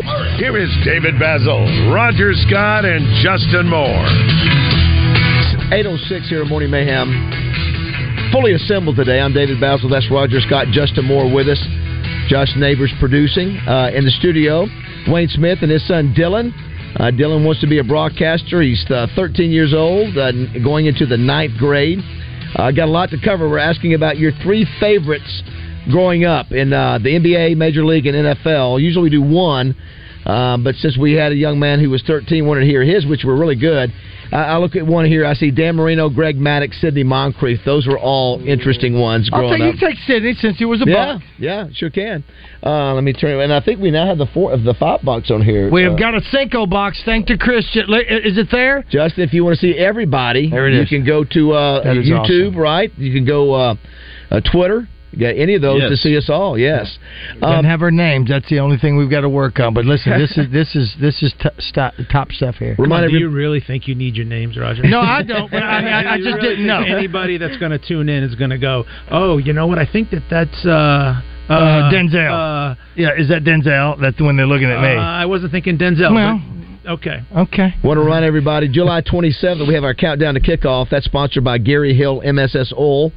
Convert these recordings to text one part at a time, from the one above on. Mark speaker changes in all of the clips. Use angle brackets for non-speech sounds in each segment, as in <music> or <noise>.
Speaker 1: Uh,
Speaker 2: Here is David Basil, Roger Scott, and Justin Moore.
Speaker 3: 806 here at Morning Mayhem. Fully assembled today. I'm David Basil. That's Roger Scott. Justin Moore with us. Josh Neighbors producing uh, in the studio. Wayne Smith and his son Dylan. Uh, Dylan wants to be a broadcaster. He's uh, 13 years old, uh, n- going into the ninth grade. Uh, got a lot to cover. We're asking about your three favorites growing up in uh, the NBA, Major League, and NFL. Usually we do one, uh, but since we had a young man who was 13 wanted to hear his, which were really good, I, I look at one here. I see Dan Marino, Greg Maddox, Sidney Moncrief. Those were all interesting ones
Speaker 4: I'll
Speaker 3: growing
Speaker 4: take, you
Speaker 3: up.
Speaker 4: can take Sydney since he was a
Speaker 3: Yeah,
Speaker 4: buck.
Speaker 3: yeah, sure can. Uh, let me turn. And I think we now have the four of the five box on here.
Speaker 4: We
Speaker 3: Uh,
Speaker 4: have got a Senko box. Thank to Christian. Li- Is it there?
Speaker 3: Justin, if you want to see everybody,
Speaker 4: There it
Speaker 3: you
Speaker 4: is.
Speaker 3: can go to uh,
Speaker 4: That is
Speaker 3: YouTube, right? You can go uh, uh, Twitter. You got any of those to
Speaker 4: Yes.
Speaker 3: see us all? Yes.
Speaker 4: Doesn't have our names. That's the only thing we've got to work on. But listen, this is this is this is t- sto- top stuff here.
Speaker 5: Come on, do you really think you need your names, Roger?
Speaker 4: No, I don't, but I mean, I- I
Speaker 5: You
Speaker 4: just
Speaker 5: really
Speaker 4: didn't
Speaker 5: think
Speaker 4: know.
Speaker 5: Anybody that's going to tune in is going to go, oh, you know what? I think that that's uh, uh,
Speaker 4: uh, Denzel. yeah, is that Denzel? That's the one they're looking at
Speaker 5: uh,
Speaker 4: me.
Speaker 5: I wasn't thinking Denzel.
Speaker 4: Well.
Speaker 5: but- okay.
Speaker 4: okay.
Speaker 3: Want to run everybody? July 27th, we have our countdown to kickoff. That's sponsored by Gary Hill MSS Oil,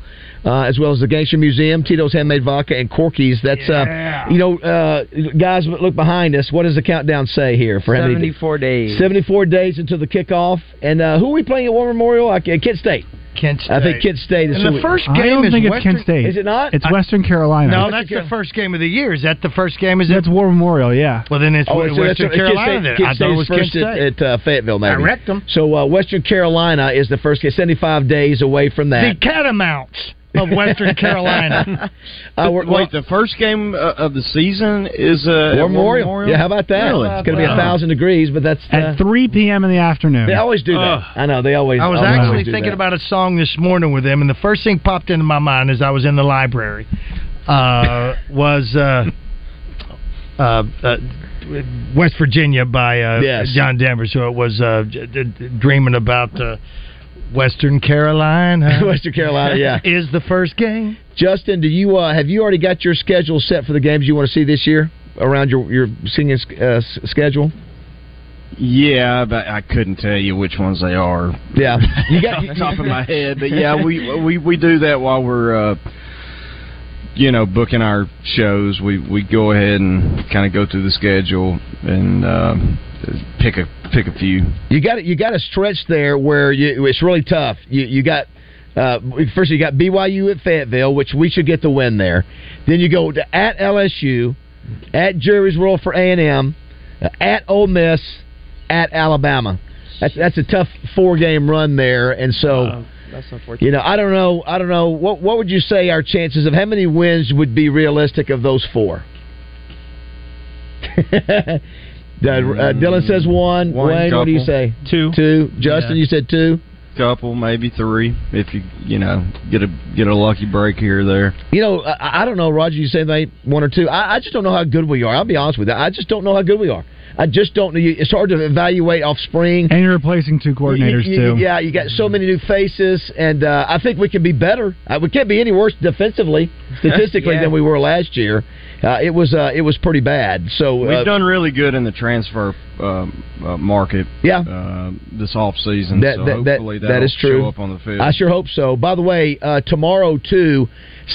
Speaker 3: uh, as well as the Gangster Museum, Tito's Handmade Vodka, and Corky's. That's uh, you know, uh, guys, look behind us. What does the countdown say here for how many?
Speaker 6: 74 days.
Speaker 3: 74 days until the kickoff. And uh, who are we playing at War Memorial? I, Kent State.
Speaker 4: Kent
Speaker 3: I think Kent State is
Speaker 4: And
Speaker 3: who
Speaker 4: the
Speaker 3: we-
Speaker 4: first game is Western,
Speaker 3: Is it not?
Speaker 1: It's Western Carolina.
Speaker 4: No, that's the first game of the year. Is that the first game? Is it?
Speaker 1: That's War Memorial, yeah.
Speaker 4: Well, then it's
Speaker 3: Oh, so that's
Speaker 4: Western
Speaker 3: right. Kent
Speaker 4: Carolina.
Speaker 3: State-
Speaker 4: then. I
Speaker 3: Kent
Speaker 4: thought it
Speaker 3: State's
Speaker 4: was Kent
Speaker 3: first at-
Speaker 4: State.
Speaker 3: At, uh, Fayetteville, maybe.
Speaker 4: I wrecked 'em.
Speaker 3: So uh, Western Carolina is the first game, 75 days away from that.
Speaker 4: The Catamounts of
Speaker 3: <laughs>
Speaker 4: Western Carolina.
Speaker 3: Uh, we're-
Speaker 7: Wait, the first game uh, of the season is uh, at
Speaker 3: War
Speaker 7: War
Speaker 3: Memorial. Yeah, how about that?
Speaker 7: Really?
Speaker 3: It's going to be a thousand degrees, but that's uh,
Speaker 1: At 3 p.m. in the afternoon.
Speaker 3: they always do that.
Speaker 1: Ugh.
Speaker 3: I know they always.
Speaker 4: I was
Speaker 3: always
Speaker 4: actually
Speaker 3: do
Speaker 4: thinking
Speaker 3: that.
Speaker 4: about a song this morning with them, and the first thing popped into my mind as I was in the library
Speaker 3: <laughs>
Speaker 4: uh, was uh, uh, uh, West Virginia by uh,
Speaker 8: Yes.
Speaker 4: John Denver. So it was uh, d- d- dreaming about uh, Western Carolina.
Speaker 3: <laughs> Western Carolina, yeah.
Speaker 4: <laughs> Is the first game.
Speaker 3: Justin, do you uh, have you already got your schedule set for the games you want to see this year around your your singing uh, s- schedule?
Speaker 7: Yeah, but I couldn't tell you which ones they are.
Speaker 3: Yeah, you
Speaker 7: <laughs>
Speaker 3: got
Speaker 7: off the top of my head, but yeah, we we we do that while we're. Uh, you know, booking our shows, we we go ahead and kind of go through the schedule and uh, pick a pick a few.
Speaker 3: You got it. You got a stretch there where you, it's really tough. You you got uh, first you got BYU at Fayetteville, which we should get the win there. Then you go to at LSU, at Jerry's World for A and M, at Ole Miss, at Alabama. That's that's a tough four game run there, and so.
Speaker 6: That's unfortunate.
Speaker 3: You know, I don't know. I don't know. What what would you say our chances of how many wins would be realistic of those four? Uh, Dylan says one.
Speaker 7: One
Speaker 3: Wayne, what do you
Speaker 7: couple.
Speaker 3: say? Two. Two. Justin,
Speaker 7: Yeah.
Speaker 3: you said two.
Speaker 7: Couple, maybe three, if you you know get a get a lucky break here or there.
Speaker 3: You know, I, I don't know, Roger. You say they one or two. I, I just don't know how good we are. I'll be honest with you. I just don't know how good we are. I just don't know. It's hard to evaluate off spring.
Speaker 1: And you're replacing two coordinators,
Speaker 3: You- you-
Speaker 1: too.
Speaker 3: Yeah, you got so many new faces, and uh, I think we can be better. Uh, we can't be any worse defensively, statistically,
Speaker 7: Yeah.
Speaker 3: than we were last year. Uh, it was uh, it was pretty bad. So uh,
Speaker 7: We've done really good in the transfer um, uh, market.
Speaker 3: Yeah.
Speaker 7: Uh, this off season.
Speaker 3: That-
Speaker 7: so
Speaker 3: that- that-
Speaker 7: hopefully
Speaker 3: that
Speaker 7: that'll
Speaker 3: is true.
Speaker 7: Show up on the field.
Speaker 3: I sure hope so. By the way, uh, tomorrow too,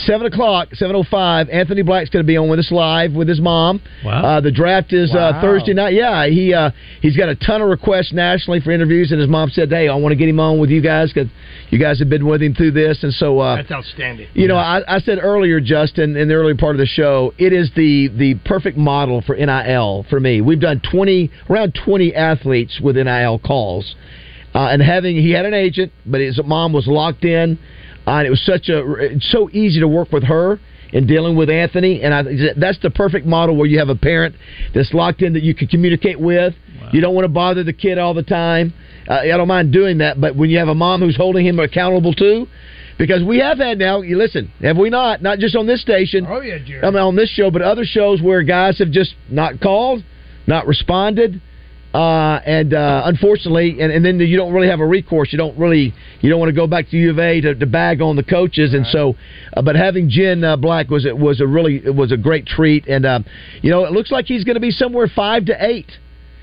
Speaker 3: seven o'clock, seven o five. Anthony Black's going to be on with us live with his mom.
Speaker 9: Wow.
Speaker 3: Uh, the draft is uh,
Speaker 9: Wow.
Speaker 3: Thursday night. Yeah, he uh, he's got a ton of requests nationally for interviews, and his mom said, "Hey, I want to get him on with you guys because you guys have been with him through this." And so uh,
Speaker 4: That's outstanding.
Speaker 3: You know, I, I said earlier, Justin, in the earlier part of the show, it is the the perfect model for NIL for me. We've done twenty around twenty athletes with NIL calls, uh, and having he had an agent, but his mom was locked in, uh, and it was such a it's so easy to work with her. in dealing with Anthony. And I, that's the perfect model where you have a parent that's locked in that you can communicate with. You don't want to bother the kid all the time. Uh, I don't mind doing that, but when you have a mom who's holding him accountable too, because we have had now. You listen, have we not? Not just on this station. Oh yeah, Jerry. I mean, on this show, but other shows where guys have just not called, not responded, uh, and uh, unfortunately, and, and then you don't really have a recourse. You don't really, you don't want to go back to U of A to, to bag on the coaches, and so. Uh, but having Jen uh, Black was it was a really it was a great treat, and um, you know it looks like he's going to be somewhere five to eight,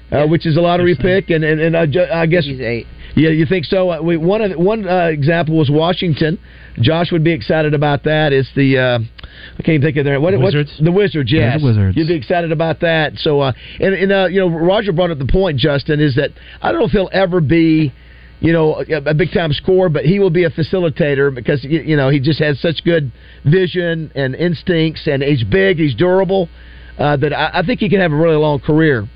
Speaker 3: uh, which is a lottery pick, and and, and I, ju- I guess he's eight. Yeah, you think so? Uh, we, one of, one uh, example was Washington. Josh would be excited about that. It's the uh, I can't even think of their what, what-
Speaker 10: Wizards?
Speaker 3: the Wizards,
Speaker 10: Yeah,
Speaker 3: yes,
Speaker 10: the Wizards.
Speaker 3: You'd be excited about that. So, uh, and and uh, you know, Roger brought up the point, Justin, is that I don't know if he'll ever be. You know, a, a big time scorer, but he will be a facilitator because you, you know he just has such good vision and instincts, and he's big, he's durable. Uh, that I, I think he can have a really long career.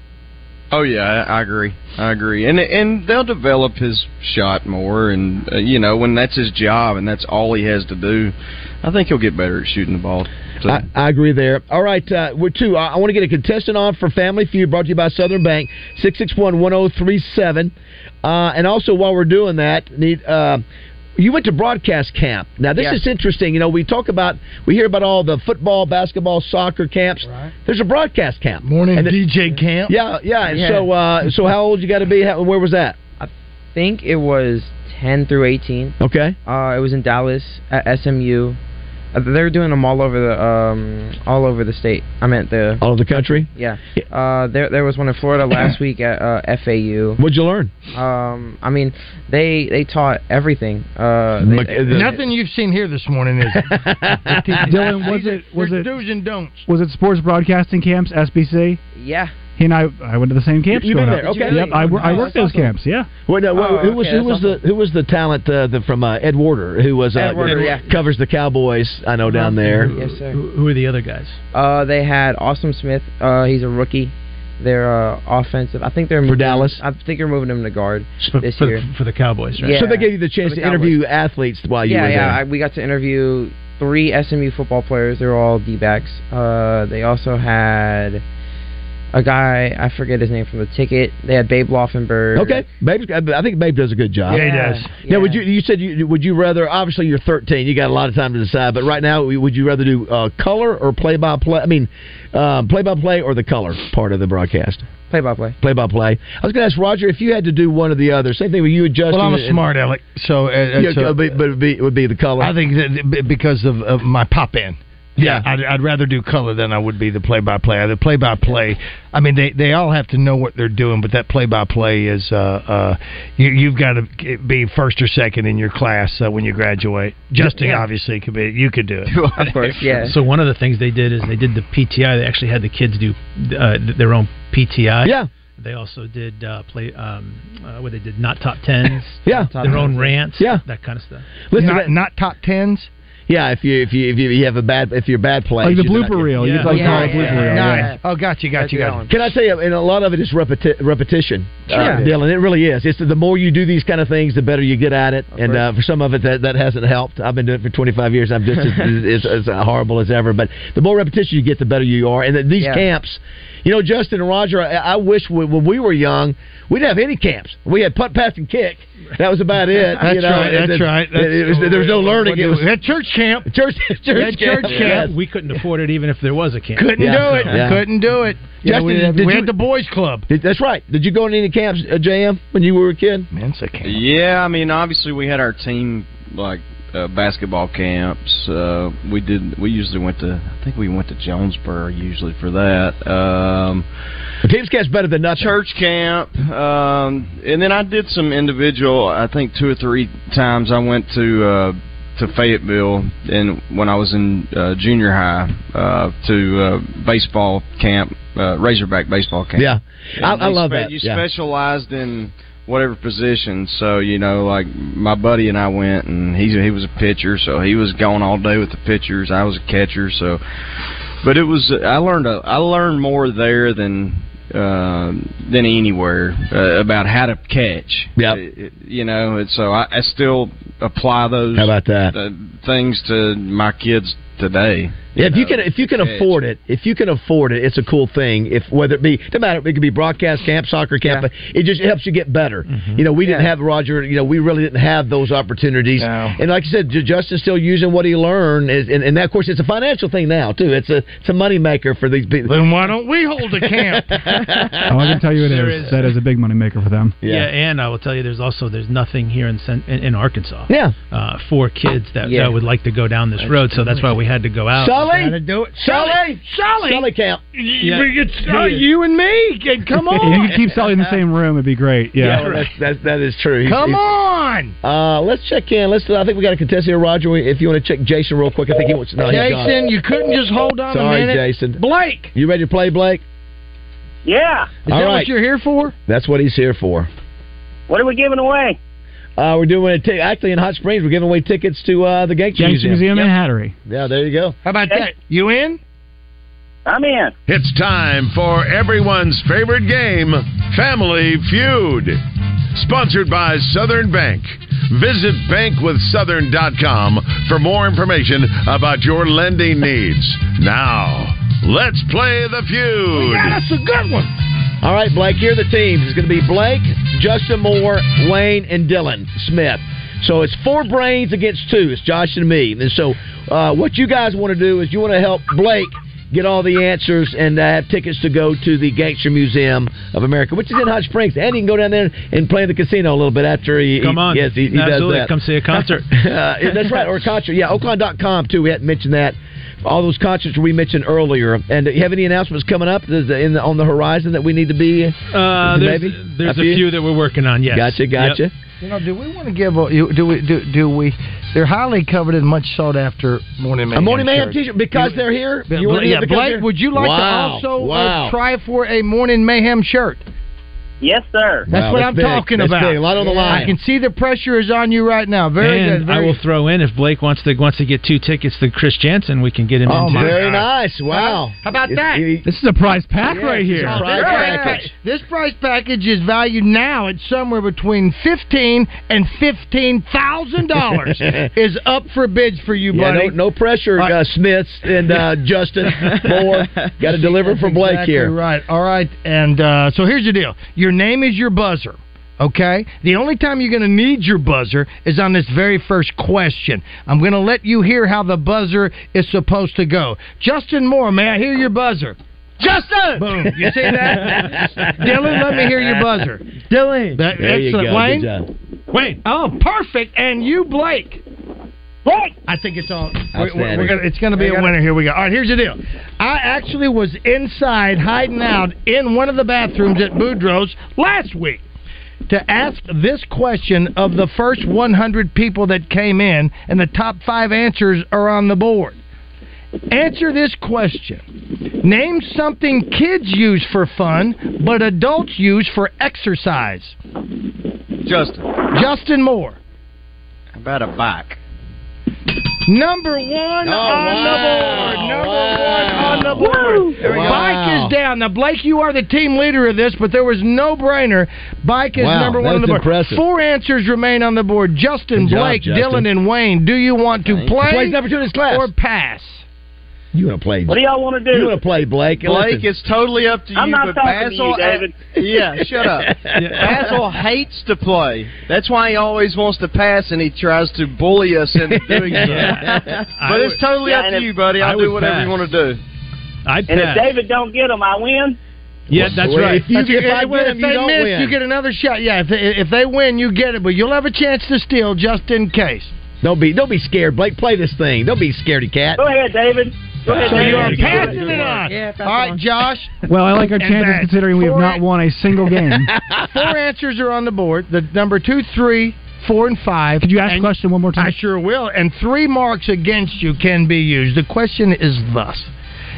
Speaker 7: Oh yeah, I, I agree. I agree, and and they'll develop his shot more, and uh, you know when that's his job and that's all he has to do, I think he'll get better at shooting the ball. So,
Speaker 3: I, I agree there. All right, uh, we're two. I, I want to get a contestant on for Family Feud brought to you by Southern Bank, 661-1037. Uh, and also, while we're doing that, need uh, you went to broadcast camp. Now, this
Speaker 11: Yeah.
Speaker 3: is interesting. You know, we talk about, we hear about all the football, basketball, soccer camps. There's a broadcast camp. Morning
Speaker 12: DJ camp.
Speaker 3: Yeah, yeah. And
Speaker 11: Yeah.
Speaker 3: so, uh, so how old you got to be? How, Uh, where was that?
Speaker 11: think it was 10 through 18.
Speaker 3: Okay.
Speaker 11: Uh, it was in Dallas at SMU. Uh, they were doing them all over the um, all over the state. I meant the
Speaker 3: all over the country.
Speaker 11: Yeah. Uh, there there was one in
Speaker 3: <coughs>
Speaker 11: Florida last week at uh, FAU.
Speaker 3: What'd you learn?
Speaker 11: Um, I mean, they they taught everything. Uh, they-
Speaker 12: Nothing you've seen here this morning
Speaker 3: <laughs>
Speaker 12: is.
Speaker 13: Dylan, was it was
Speaker 12: There's
Speaker 13: it
Speaker 12: do's and don'ts.
Speaker 13: was it sports broadcasting camps SBC?
Speaker 11: Yeah.
Speaker 13: He and I I went to the same camps.
Speaker 3: You- you've been
Speaker 13: growing up.
Speaker 3: there, okay.
Speaker 13: Yep, I, wor- I
Speaker 3: Oh,
Speaker 13: worked
Speaker 3: that's
Speaker 13: those
Speaker 3: awesome.
Speaker 13: camps. Yeah.
Speaker 3: Wait, no,
Speaker 13: Oh,
Speaker 3: who was
Speaker 13: okay,
Speaker 3: who was
Speaker 13: that's
Speaker 3: the who was the talent uh, the, from uh, Ed Warder who was uh,
Speaker 11: Ed Warder, yeah.
Speaker 3: covers the Cowboys? I know down there.
Speaker 11: Yes, sir.
Speaker 5: Who are the other guys?
Speaker 11: Uh, they had Awesome Smith. Uh, he's a rookie. They're uh, offensive. I think they're moving,
Speaker 3: Dallas.
Speaker 11: I think they're moving him to guard this
Speaker 5: for,
Speaker 11: year.
Speaker 5: for the Cowboys, right?
Speaker 11: Yeah.
Speaker 3: So they gave you the chance
Speaker 11: For
Speaker 3: to
Speaker 11: the
Speaker 3: interview athletes while you
Speaker 11: yeah,
Speaker 3: were
Speaker 11: yeah. I,
Speaker 3: there.
Speaker 11: we got to interview three SMU football players. They're all D backs. Uh, they also had a guy I forget his name from the ticket. They had Babe Loffenberg.
Speaker 3: Okay, Babe. uh, I think Babe does a good job.
Speaker 11: Yeah, he Yeah, does.
Speaker 3: Now, would you? You said you would you rather? Obviously, you're 13. You got a lot of time to decide. But right now, would you rather do uh, color or play by play? I mean, um, play by play or the color part of the broadcast?
Speaker 11: Play by play.
Speaker 3: Play by play. I was going to ask Roger if you had to do one or the other. Same thing with you adjusting.
Speaker 12: Well, I'm a
Speaker 3: and-
Speaker 12: smart aleck, so uh, uh,
Speaker 3: Yeah,
Speaker 12: so-
Speaker 3: but it would be, it would be the color.
Speaker 12: I think that b- because of, of my pop in. Yeah, I'd, I'd rather do color than I would be the play-by-play. The play-by-play, I mean, they they all have to know what they're doing, but that play-by-play is uh, uh, you, you've got to be first or second in your class uh, when you graduate. Justin
Speaker 5: Yeah.
Speaker 12: obviously could be. You could do it,
Speaker 11: of course. Yeah.
Speaker 5: So one of the things they did is they did the PTI. They actually had the kids do uh, th- their own PTI.
Speaker 3: Yeah.
Speaker 5: They also did uh, play um, uh, what they did not top tens.
Speaker 3: <laughs> yeah.
Speaker 5: Their own rants.
Speaker 3: Yeah.
Speaker 5: That kind of stuff.
Speaker 3: Listen,
Speaker 5: Not-
Speaker 12: not top tens.
Speaker 3: Yeah, if you if you if you, you have a bad if you're bad play,
Speaker 12: Like the blooper reel. You Yeah. play Yeah, college yeah, blooper reel, yeah. yeah.
Speaker 3: Oh, got you, got
Speaker 12: you, got you.
Speaker 3: Can I tell you? And a lot of it is repeti- repetition, uh,
Speaker 12: Sure.
Speaker 3: Dylan. It really is. It's the more you do these kind of things, the better you get at it. and uh, for some of it, that that hasn't helped. I've been doing it for 25 years. I'm
Speaker 12: <laughs>
Speaker 3: just as, as, as horrible as ever. But the more repetition you get, the better you are. And that these
Speaker 11: Yeah.
Speaker 3: camps, you know, Justin and Roger, I, I wish we, when we were young, we didn't have any camps. We had putt, pass, and kick. That was about it.
Speaker 12: <laughs> That's
Speaker 3: you know,
Speaker 12: right,
Speaker 3: and
Speaker 12: that's
Speaker 3: then-
Speaker 12: right.
Speaker 3: it- it was- there was no learning. It was
Speaker 12: That church camp.
Speaker 3: Church, church
Speaker 5: That
Speaker 3: camp.
Speaker 5: church camp.
Speaker 3: Yes.
Speaker 5: We couldn't afford it even if there was a camp.
Speaker 3: Couldn't do it.
Speaker 4: <laughs>
Speaker 3: Yeah.
Speaker 12: Couldn't do it.
Speaker 3: Yeah,
Speaker 12: Justin,
Speaker 3: we didn't have-
Speaker 12: we
Speaker 3: did
Speaker 12: had
Speaker 3: you-
Speaker 12: the boys' club.
Speaker 3: Did, that's right. Did you go to any camps, uh, JM, when you were a kid?
Speaker 12: Mensa camp.
Speaker 7: yeah, I mean obviously we had our team like uh, basketball camps. Uh, we did we usually went to I think we went to Jonesboro usually for that. Um,
Speaker 3: Teams camp's better than nothing.
Speaker 7: Church camp, um, and then I did some individual. I think two or three times I went to uh, to Fayetteville, and when I was in uh, junior high, uh, to uh, baseball camp, uh, Razorback baseball camp.
Speaker 3: Yeah. I-
Speaker 7: And
Speaker 3: I
Speaker 7: you
Speaker 3: love that,
Speaker 7: You
Speaker 3: yeah.
Speaker 7: specialized in whatever position, so you know, like my buddy and I went, and he's he was a pitcher, so he was going all day with the pitchers. I was a catcher, so. But it was I learned a, I learned more there than uh, than anywhere uh, about how to catch. Uh,
Speaker 3: Yeah,
Speaker 7: you know, and so I, I still apply those
Speaker 3: How about that?
Speaker 7: uh, things to my kids today.
Speaker 3: Yeah, if you can if you can
Speaker 7: Edge.
Speaker 3: afford it, if you can afford it, it's a cool thing. If whether it be no matter it could be broadcast camp, soccer camp, but it just helps you get better.
Speaker 12: Mm-hmm.
Speaker 3: You know, we didn't have Roger. You know, we really didn't have those opportunities. And like I said, Ju- Justin's still using what he learned, is, and, and that, of course, it's a financial thing now too. It's a it's a money maker for these people.
Speaker 12: Then why don't we hold a camp?
Speaker 13: Oh, I can tell you it is.
Speaker 5: Sure is.
Speaker 13: That is a big money maker for them.
Speaker 5: Yeah. and I will tell you, there's also there's nothing here in Cen- in, in Arkansas.
Speaker 3: Yeah,
Speaker 5: uh, for kids that,
Speaker 3: Yeah.
Speaker 5: that would like to go down this road, so that's why we had to go out.
Speaker 3: Sully,
Speaker 12: Sully,
Speaker 3: Sully, Sully camp.
Speaker 5: Yeah.
Speaker 12: It's uh, you and me. Come
Speaker 13: If you
Speaker 12: on,
Speaker 13: could keep Sully in the same room, it'd be great. Yeah.
Speaker 3: well, that's, that's, that is true. He's-
Speaker 12: come
Speaker 3: he's-
Speaker 12: on.
Speaker 3: Uh, let's check in. Let's. I think we got a contest here, Roger. If you want to check Jason real quick, I think he wants. No, he's gone.
Speaker 12: Jason, you couldn't just hold on
Speaker 3: Sorry,
Speaker 12: a minute.
Speaker 3: Jason.
Speaker 12: Blake,
Speaker 3: You ready to play, Blake?
Speaker 10: Yeah.
Speaker 12: is
Speaker 3: All
Speaker 12: that
Speaker 3: right.
Speaker 12: what you're here for?
Speaker 3: That's what he's here for.
Speaker 10: What are we giving away?
Speaker 3: Uh, we're doing a t- actually in Hot Springs. We're giving away tickets to uh, the Gangster
Speaker 13: Gangster
Speaker 3: Museum.
Speaker 13: Museum and Hattery.
Speaker 3: Yeah, there you go.
Speaker 12: How about
Speaker 10: that?
Speaker 12: You in?
Speaker 10: I'm in.
Speaker 2: It's time for everyone's favorite game, Family Feud. Sponsored by Southern Bank. Visit bankwithsouthern.com for more information about your lending needs. Now, let's play the feud.
Speaker 10: <laughs>
Speaker 12: That's a good one.
Speaker 3: All right, Blake. Here are the teams. It's going to be Blake, Justin Moore, Wayne, and Dylan Smith. So it's four brains against two. It's Josh and me. And so uh, what you guys want to do is you want to help Blake get all the answers and uh, have tickets to go to the Gangster Museum of America, which is in Hot Springs. And he can go down there and play in the casino a little bit after he.
Speaker 5: Come on.
Speaker 3: He, yes, he, he does
Speaker 5: Absolutely.
Speaker 3: that.
Speaker 5: Come see a concert.
Speaker 3: <laughs> uh, yeah, that's right, or a concert. Yeah, Oakland.com, too. We hadn't mentioned that. All those concerts we mentioned earlier. And do you have any announcements coming up Is there in the, on the horizon that we need to be?
Speaker 5: Uh, there's
Speaker 3: maybe?
Speaker 5: there's a few that we're working on. Yes.
Speaker 3: Gotcha, gotcha.
Speaker 5: Yep.
Speaker 4: You know, do we want to give? A, you- do we? Do, do we? They're highly coveted, much sought after morning
Speaker 3: A
Speaker 4: mayhem.
Speaker 3: morning mayhem
Speaker 4: shirt.
Speaker 3: t-shirt because they're here.
Speaker 4: Yeah,
Speaker 3: You
Speaker 4: Bla-
Speaker 3: want me to
Speaker 4: yeah,
Speaker 3: become
Speaker 4: Blake,
Speaker 3: here?
Speaker 4: would you like
Speaker 3: Wow,
Speaker 4: to also uh,
Speaker 3: wow.
Speaker 4: try for a morning mayhem shirt?
Speaker 10: Yes, sir.
Speaker 4: That's
Speaker 5: Wow,
Speaker 4: what
Speaker 5: that's
Speaker 4: I'm
Speaker 5: big.
Speaker 4: talking
Speaker 5: That's
Speaker 4: about.
Speaker 5: big. A lot on the
Speaker 4: I
Speaker 5: line.
Speaker 4: can see the pressure is on you right now. Very
Speaker 5: and
Speaker 4: good. Very
Speaker 5: I will throw in if Blake wants to wants to get two tickets to Chris Jansen, we can get him. in
Speaker 4: Oh,
Speaker 5: too.
Speaker 4: my Very
Speaker 3: nice. Wow.
Speaker 4: How about that?
Speaker 13: This is a prize pack
Speaker 4: Yeah,
Speaker 13: right
Speaker 4: it's
Speaker 13: here.
Speaker 4: a prize package. This price package is valued now at somewhere between fifteen and fifteen thousand dollars. is up for bids for you,
Speaker 3: Yeah,
Speaker 4: buddy.
Speaker 3: no, no pressure, uh, Smiths and
Speaker 4: <laughs>
Speaker 3: uh, Justin Moore. Got to deliver for Blake
Speaker 4: exactly
Speaker 3: here.
Speaker 4: Right. All right. And uh, so here's the deal. Your name is your buzzer. Okay. The only time you're going to need your buzzer is on this very first question. I'm going to let you hear how the buzzer is supposed to go. Justin Moore, may I hear your buzzer? Justin. Boom. You see that?
Speaker 3: <laughs>
Speaker 4: Dylan, let me hear your buzzer. Dylan. That,
Speaker 3: There you
Speaker 4: excellent.
Speaker 3: go. Good
Speaker 4: Wayne.
Speaker 3: job.
Speaker 4: Wayne. Oh, perfect. And you, Blake. Blake. I think it's all. We're, we're- we're gonna, it's going to be a winner. Here we go. All right, here's the deal. I actually was inside, hiding out in one of the bathrooms at Boudreaux's last week to ask this question of the first 100 people that came in, and the top five answers are on the board. Answer this question. Name something kids use for fun, but adults use for exercise.
Speaker 7: Justin,
Speaker 4: Justin Moore.
Speaker 7: how about a bike?
Speaker 4: Number one on the board. Number one
Speaker 3: Oh.
Speaker 4: on the board. Bike is down. Now, Blake, you are the team leader of this, but there was no brainer. Bike is
Speaker 3: Wow,
Speaker 4: number one on
Speaker 3: that's
Speaker 4: the board.
Speaker 3: impressive.
Speaker 4: Four answers remain on the board. Justin,
Speaker 3: Good job,
Speaker 4: Blake,
Speaker 3: Justin.
Speaker 4: Dylan, and Wayne. Do you want to
Speaker 3: Thanks.
Speaker 4: play?
Speaker 3: Blake's number two in his class.
Speaker 4: Or pass?
Speaker 3: You want to play?
Speaker 4: What do y'all wanna do?
Speaker 3: You want to play, Blake?
Speaker 7: Blake,
Speaker 3: Listen.
Speaker 7: it's totally up to you.
Speaker 3: I'm not
Speaker 7: but
Speaker 3: talking to you,
Speaker 7: Basil,
Speaker 3: David.
Speaker 7: yeah, shut
Speaker 4: <laughs>
Speaker 7: up. Basil hates to play. That's why he always wants to pass, and he tries to bully us into doing so.
Speaker 10: I
Speaker 7: <laughs> But
Speaker 10: would-
Speaker 7: it's totally
Speaker 10: Yeah,
Speaker 7: up
Speaker 10: and
Speaker 7: to
Speaker 10: if-
Speaker 7: you, buddy.
Speaker 10: I
Speaker 7: I'll
Speaker 10: would
Speaker 7: do whatever you
Speaker 10: pass.
Speaker 7: want to do.
Speaker 5: I'd
Speaker 10: And if David don't get them, I win.
Speaker 5: Yeah, that's
Speaker 7: Well,
Speaker 5: right.
Speaker 7: if you-
Speaker 4: That's-
Speaker 7: if I win,
Speaker 4: if
Speaker 7: you
Speaker 4: they
Speaker 7: don't
Speaker 4: miss,
Speaker 7: win.
Speaker 4: you get another shot. Yeah, if they, if they win, you get it, but you'll have a chance to steal just in case.
Speaker 3: Don't be don't be scared, Blake. Play this thing. Don't be scaredy cat.
Speaker 4: Oh,
Speaker 10: Go ahead, David. Go ahead,
Speaker 4: So
Speaker 10: David.
Speaker 4: you are passing it on. All right, Josh.
Speaker 13: Well, I
Speaker 3: <laughs>
Speaker 13: like our
Speaker 4: And
Speaker 13: chances
Speaker 4: back.
Speaker 13: considering we have
Speaker 4: Four
Speaker 13: not won a single game.
Speaker 4: Four answers are on the board. The number two, three, four, and five. Could
Speaker 13: you ask the question one more time?
Speaker 4: I sure will. And three marks against you can be used. The question is thus.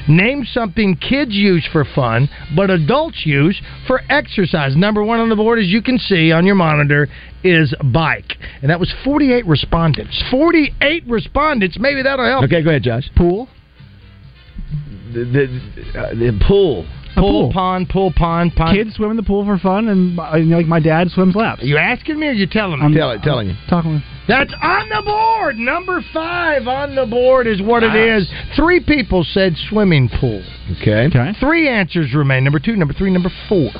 Speaker 4: Name something kids use for fun, but adults use for exercise. Number one on the board, as you can see on your monitor, is bike. And that was 48 respondents. 48 respondents. Maybe that'll help.
Speaker 3: Okay, go ahead, Josh.
Speaker 4: Pool.
Speaker 3: The, the, uh, the pool.
Speaker 4: Pool, pond, pool, pond, pond.
Speaker 13: Kids swim in the pool for fun, and uh, you know, like my dad swims laps.
Speaker 4: You asking me or you telling me?
Speaker 13: I'm- I'm Talking with
Speaker 4: That's on the board. Number five on the board is what it
Speaker 3: Ah,
Speaker 4: is. Three people said swimming pool.
Speaker 3: Okay. Okay.
Speaker 4: Three answers remain. Number two, number three, number four.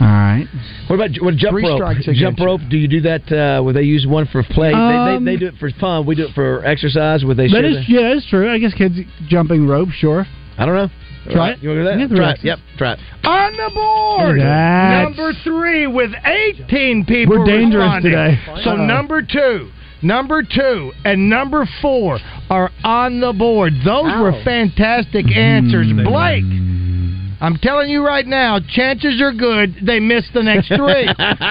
Speaker 3: All right. What about what jump
Speaker 4: Three
Speaker 3: rope?
Speaker 4: strikes against
Speaker 3: Jump rope? Do you do that? Uh, where they use one for play?
Speaker 13: Um,
Speaker 3: they, they, they do it for fun. We do it for exercise. Would they?
Speaker 13: That
Speaker 3: should
Speaker 13: is,
Speaker 3: they?
Speaker 13: yeah, that's true. I guess kids jumping rope, sure.
Speaker 3: I don't know.
Speaker 13: Try
Speaker 3: All right.
Speaker 13: it.
Speaker 3: You want to do that?
Speaker 13: Yeah,
Speaker 3: try
Speaker 13: relax.
Speaker 3: it. Yep. Try it.
Speaker 4: On the board,
Speaker 3: Look at that.
Speaker 4: number three with 18 people.
Speaker 13: We're dangerous
Speaker 4: responding.
Speaker 13: today.
Speaker 4: So
Speaker 13: Uh-oh.
Speaker 4: number two, number two, and number four are on the board. Those were fantastic answers, Blake. I'm telling you right now, chances are good they miss the next <laughs>
Speaker 3: <laughs>
Speaker 4: three.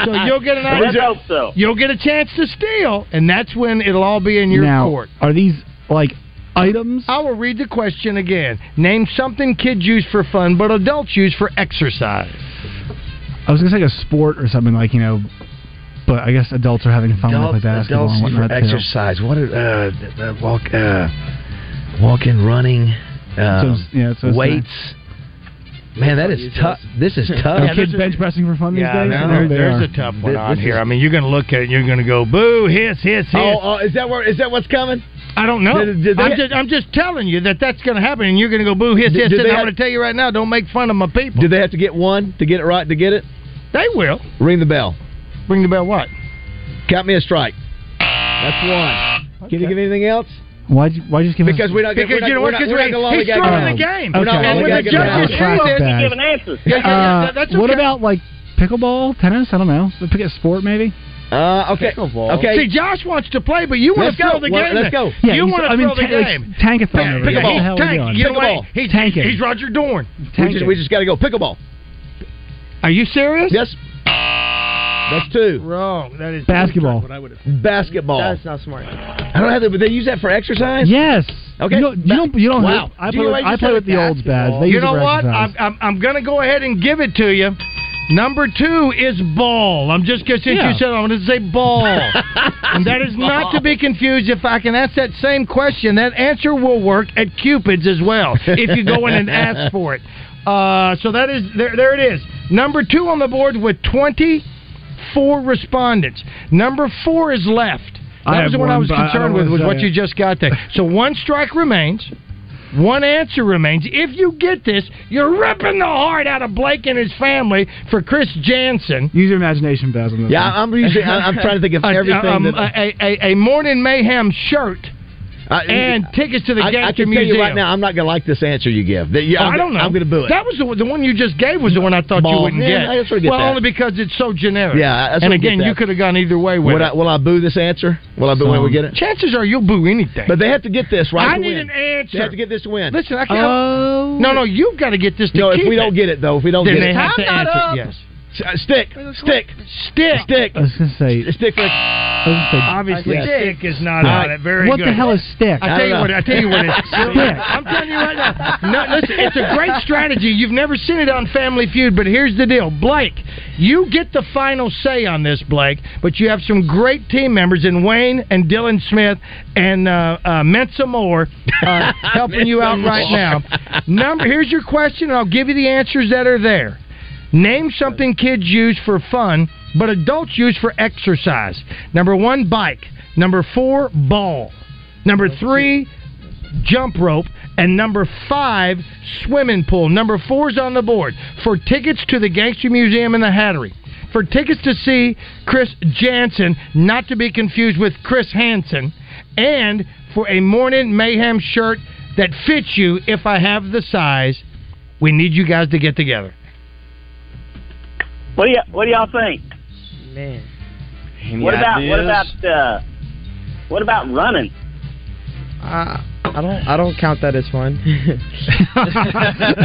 Speaker 4: so you'll get an
Speaker 13: Let's
Speaker 4: idea.
Speaker 13: hope so.
Speaker 4: You'll get a chance to steal, and that's when it'll all be in your
Speaker 13: now,
Speaker 4: court.
Speaker 13: are these like items?
Speaker 4: I will read the question again. Name something kids use for fun, but adults use for exercise.
Speaker 13: I was gonna say like a sport or something like you know, but I guess adults are having fun with like basketball
Speaker 3: adults
Speaker 13: and whatnot.
Speaker 3: for
Speaker 13: too.
Speaker 3: exercise. What are, uh, th- uh, walk, uh, walking, running, uh,
Speaker 13: So, yeah, that's what I was
Speaker 3: weights. Man, that is tough. This <laughs> is tough.
Speaker 13: Are kids bench pressing for fun these
Speaker 3: Yeah,
Speaker 13: days?
Speaker 3: no,
Speaker 13: There they
Speaker 3: there's
Speaker 13: are.
Speaker 3: a tough
Speaker 4: One
Speaker 3: Th-
Speaker 4: on
Speaker 3: this
Speaker 4: here.
Speaker 3: is-
Speaker 4: I mean, you're going to look at it. You're going to go boo, hiss, hiss, hiss.
Speaker 3: Oh, oh, is that where is that what's coming?
Speaker 4: I don't know.
Speaker 3: Did- did they-
Speaker 4: I'm, just, I'm just telling you that that's going to happen, and you're going to go boo, hiss,
Speaker 3: Did-
Speaker 4: hiss.
Speaker 3: did
Speaker 4: hiss.
Speaker 3: they
Speaker 4: I'm
Speaker 3: have-
Speaker 4: going to tell you right now, don't make fun of my people.
Speaker 3: Do they have to get one to get it right to get it?
Speaker 4: They will.
Speaker 3: Ring the bell.
Speaker 4: Ring the bell. What?
Speaker 3: Count me a strike. That's one. Can you give anything else?
Speaker 13: Why? Why just give us-
Speaker 3: Because we don't.
Speaker 13: Because
Speaker 3: we're not,
Speaker 13: you know
Speaker 3: we're
Speaker 13: what?
Speaker 3: not-
Speaker 13: 'Cause
Speaker 3: we're not gonna let
Speaker 13: he's
Speaker 3: the guy
Speaker 13: throwing
Speaker 3: get
Speaker 13: the
Speaker 3: it.
Speaker 13: game.
Speaker 3: We're not
Speaker 13: Okay.
Speaker 3: gonna let
Speaker 13: And
Speaker 3: the
Speaker 13: when
Speaker 3: guy
Speaker 13: the
Speaker 3: get it.
Speaker 13: judges hear
Speaker 3: We're not
Speaker 13: this,
Speaker 3: gonna
Speaker 13: you
Speaker 3: let
Speaker 13: give
Speaker 3: the
Speaker 13: an
Speaker 3: guy get it.
Speaker 13: Uh,
Speaker 3: That- that's
Speaker 13: what
Speaker 3: okay.
Speaker 13: about like pickleball, tennis? I don't know. Let's pick a sport maybe.
Speaker 3: Uh, okay. Okay.
Speaker 4: See, Josh wants to play, but you want
Speaker 3: Let's
Speaker 4: to throw
Speaker 3: go.
Speaker 4: the
Speaker 3: Well,
Speaker 4: game.
Speaker 3: let's go.
Speaker 13: Yeah,
Speaker 4: you
Speaker 13: he's-
Speaker 4: want to
Speaker 13: I mean,
Speaker 4: throw the
Speaker 13: ta- like,
Speaker 4: game.
Speaker 13: tankathon
Speaker 4: Yeah,
Speaker 13: over here. What the hell are we
Speaker 4: Pickleball. Tank.
Speaker 13: doing?
Speaker 4: You know what?
Speaker 13: Pickleball.
Speaker 4: He's,
Speaker 13: Tanking.
Speaker 4: he's Roger Dorn.
Speaker 3: We just, we just got to go pickleball.
Speaker 4: Are you serious?
Speaker 3: Yes. That's two.
Speaker 4: Wrong. That is
Speaker 13: Basketball.
Speaker 3: Basketball.
Speaker 11: That's not smart. Uh,
Speaker 3: I don't have that, but they use that for exercise.
Speaker 13: Yes.
Speaker 3: Okay.
Speaker 13: You don't. You don't. You don't
Speaker 3: Wow.
Speaker 13: I
Speaker 3: Do
Speaker 13: play,
Speaker 3: you
Speaker 13: with,
Speaker 3: like
Speaker 13: I
Speaker 3: to
Speaker 13: play
Speaker 3: say
Speaker 13: with the old bads. They
Speaker 4: you
Speaker 13: use it
Speaker 4: know
Speaker 13: for
Speaker 4: what?
Speaker 13: exercise.
Speaker 4: I'm, I'm, I'm going to go ahead and give it to you. Number two is ball. I'm just going to since
Speaker 12: Yeah.
Speaker 4: you said I'm going to say
Speaker 13: <laughs>
Speaker 4: ball, and that is not to be confused. If I can ask that same question, that answer will work at Cupid's as well. If you go in and ask for
Speaker 13: <laughs>
Speaker 4: it, uh, so that is there. There it is. Number two on the board with 24 respondents. Number four is left. That
Speaker 12: I have
Speaker 4: was the one, I
Speaker 12: one,
Speaker 4: was
Speaker 12: but I- I
Speaker 4: concerned
Speaker 12: don't
Speaker 4: with,
Speaker 12: wanna
Speaker 4: was
Speaker 12: say
Speaker 4: what
Speaker 12: it.
Speaker 4: you just got there. So one strike remains. One answer remains. If you get this, you're ripping the heart out of Blake and his family for Chris Jansen.
Speaker 13: Use your imagination, Basil.
Speaker 3: <laughs> Yeah, I'm using- I- I'm trying to think
Speaker 4: <laughs>
Speaker 3: of
Speaker 4: A-
Speaker 3: everything
Speaker 4: um,
Speaker 3: that-
Speaker 4: a, a, a morning mayhem shirt and tickets to the
Speaker 3: I,
Speaker 4: Gangster
Speaker 3: I can tell
Speaker 4: Museum.
Speaker 3: you right now, I'm not gonna like this answer you give. That- yeah,
Speaker 4: Oh,
Speaker 3: I'm,
Speaker 4: I don't know.
Speaker 3: I'm gonna boo it.
Speaker 4: That was the, the one you just gave was the one I thought you
Speaker 3: Ball.
Speaker 4: wouldn't
Speaker 3: Yeah, I
Speaker 4: get.
Speaker 3: sort of get
Speaker 4: well,
Speaker 3: that.
Speaker 4: only because it's so generic.
Speaker 3: Yeah, I sort
Speaker 4: and
Speaker 3: of get
Speaker 4: again, you
Speaker 3: that.
Speaker 4: could have gone either way with
Speaker 3: Would
Speaker 4: it.
Speaker 3: I, will I boo this answer? Will I boo when we get it?
Speaker 4: Chances are you'll boo anything.
Speaker 3: But they have to get this right.
Speaker 4: I
Speaker 3: to
Speaker 4: need an
Speaker 3: win.
Speaker 4: answer.
Speaker 3: They have to get this to win.
Speaker 4: Listen, I can't.
Speaker 3: Oh.
Speaker 4: no, no, you've got to get this. To
Speaker 3: No, if
Speaker 4: keep
Speaker 3: we don't
Speaker 4: it.
Speaker 3: get it though, if we don't
Speaker 4: Then
Speaker 3: get
Speaker 4: they
Speaker 3: it,
Speaker 4: have to
Speaker 3: Time not
Speaker 4: answer it,
Speaker 3: up.
Speaker 4: yes.
Speaker 3: S- uh, stick, stick,
Speaker 4: stick,
Speaker 3: stick.
Speaker 13: I was gonna say.
Speaker 3: Stick for
Speaker 4: Obviously,
Speaker 3: Yeah.
Speaker 4: stick is not
Speaker 3: All
Speaker 4: on
Speaker 3: right.
Speaker 4: it. Very
Speaker 13: What
Speaker 4: good.
Speaker 13: the hell is stick?
Speaker 4: I tell you what. I tell you <laughs> what. It's
Speaker 13: Stick.
Speaker 4: I'm telling you right now. No, listen, it's a great strategy. You've never seen it on Family Feud, but here's the deal, Blake. You get the final say on this, Blake. But you have some great team members in Wayne and Dylan Smith and uh, uh, Mensa Moore uh, helping you out right now. Number. Here's your question, and I'll give you the answers that are there. Name something kids use for fun, but adults use for exercise. Number one, bike. Number four, ball. Number three, jump rope. And number five, swimming pool. Number four's on the board for tickets to the Gangster Museum and the Hattery. For tickets to see Chris Jansen, not to be confused with Chris Hansen, and for a morning mayhem shirt that fits you if I have the size, we need you guys to get together.
Speaker 10: What do you What do y'all think?
Speaker 11: Man.
Speaker 10: what about What about uh, What about running?
Speaker 11: Uh, I don't. I don't count that as fun. <laughs>
Speaker 10: kids,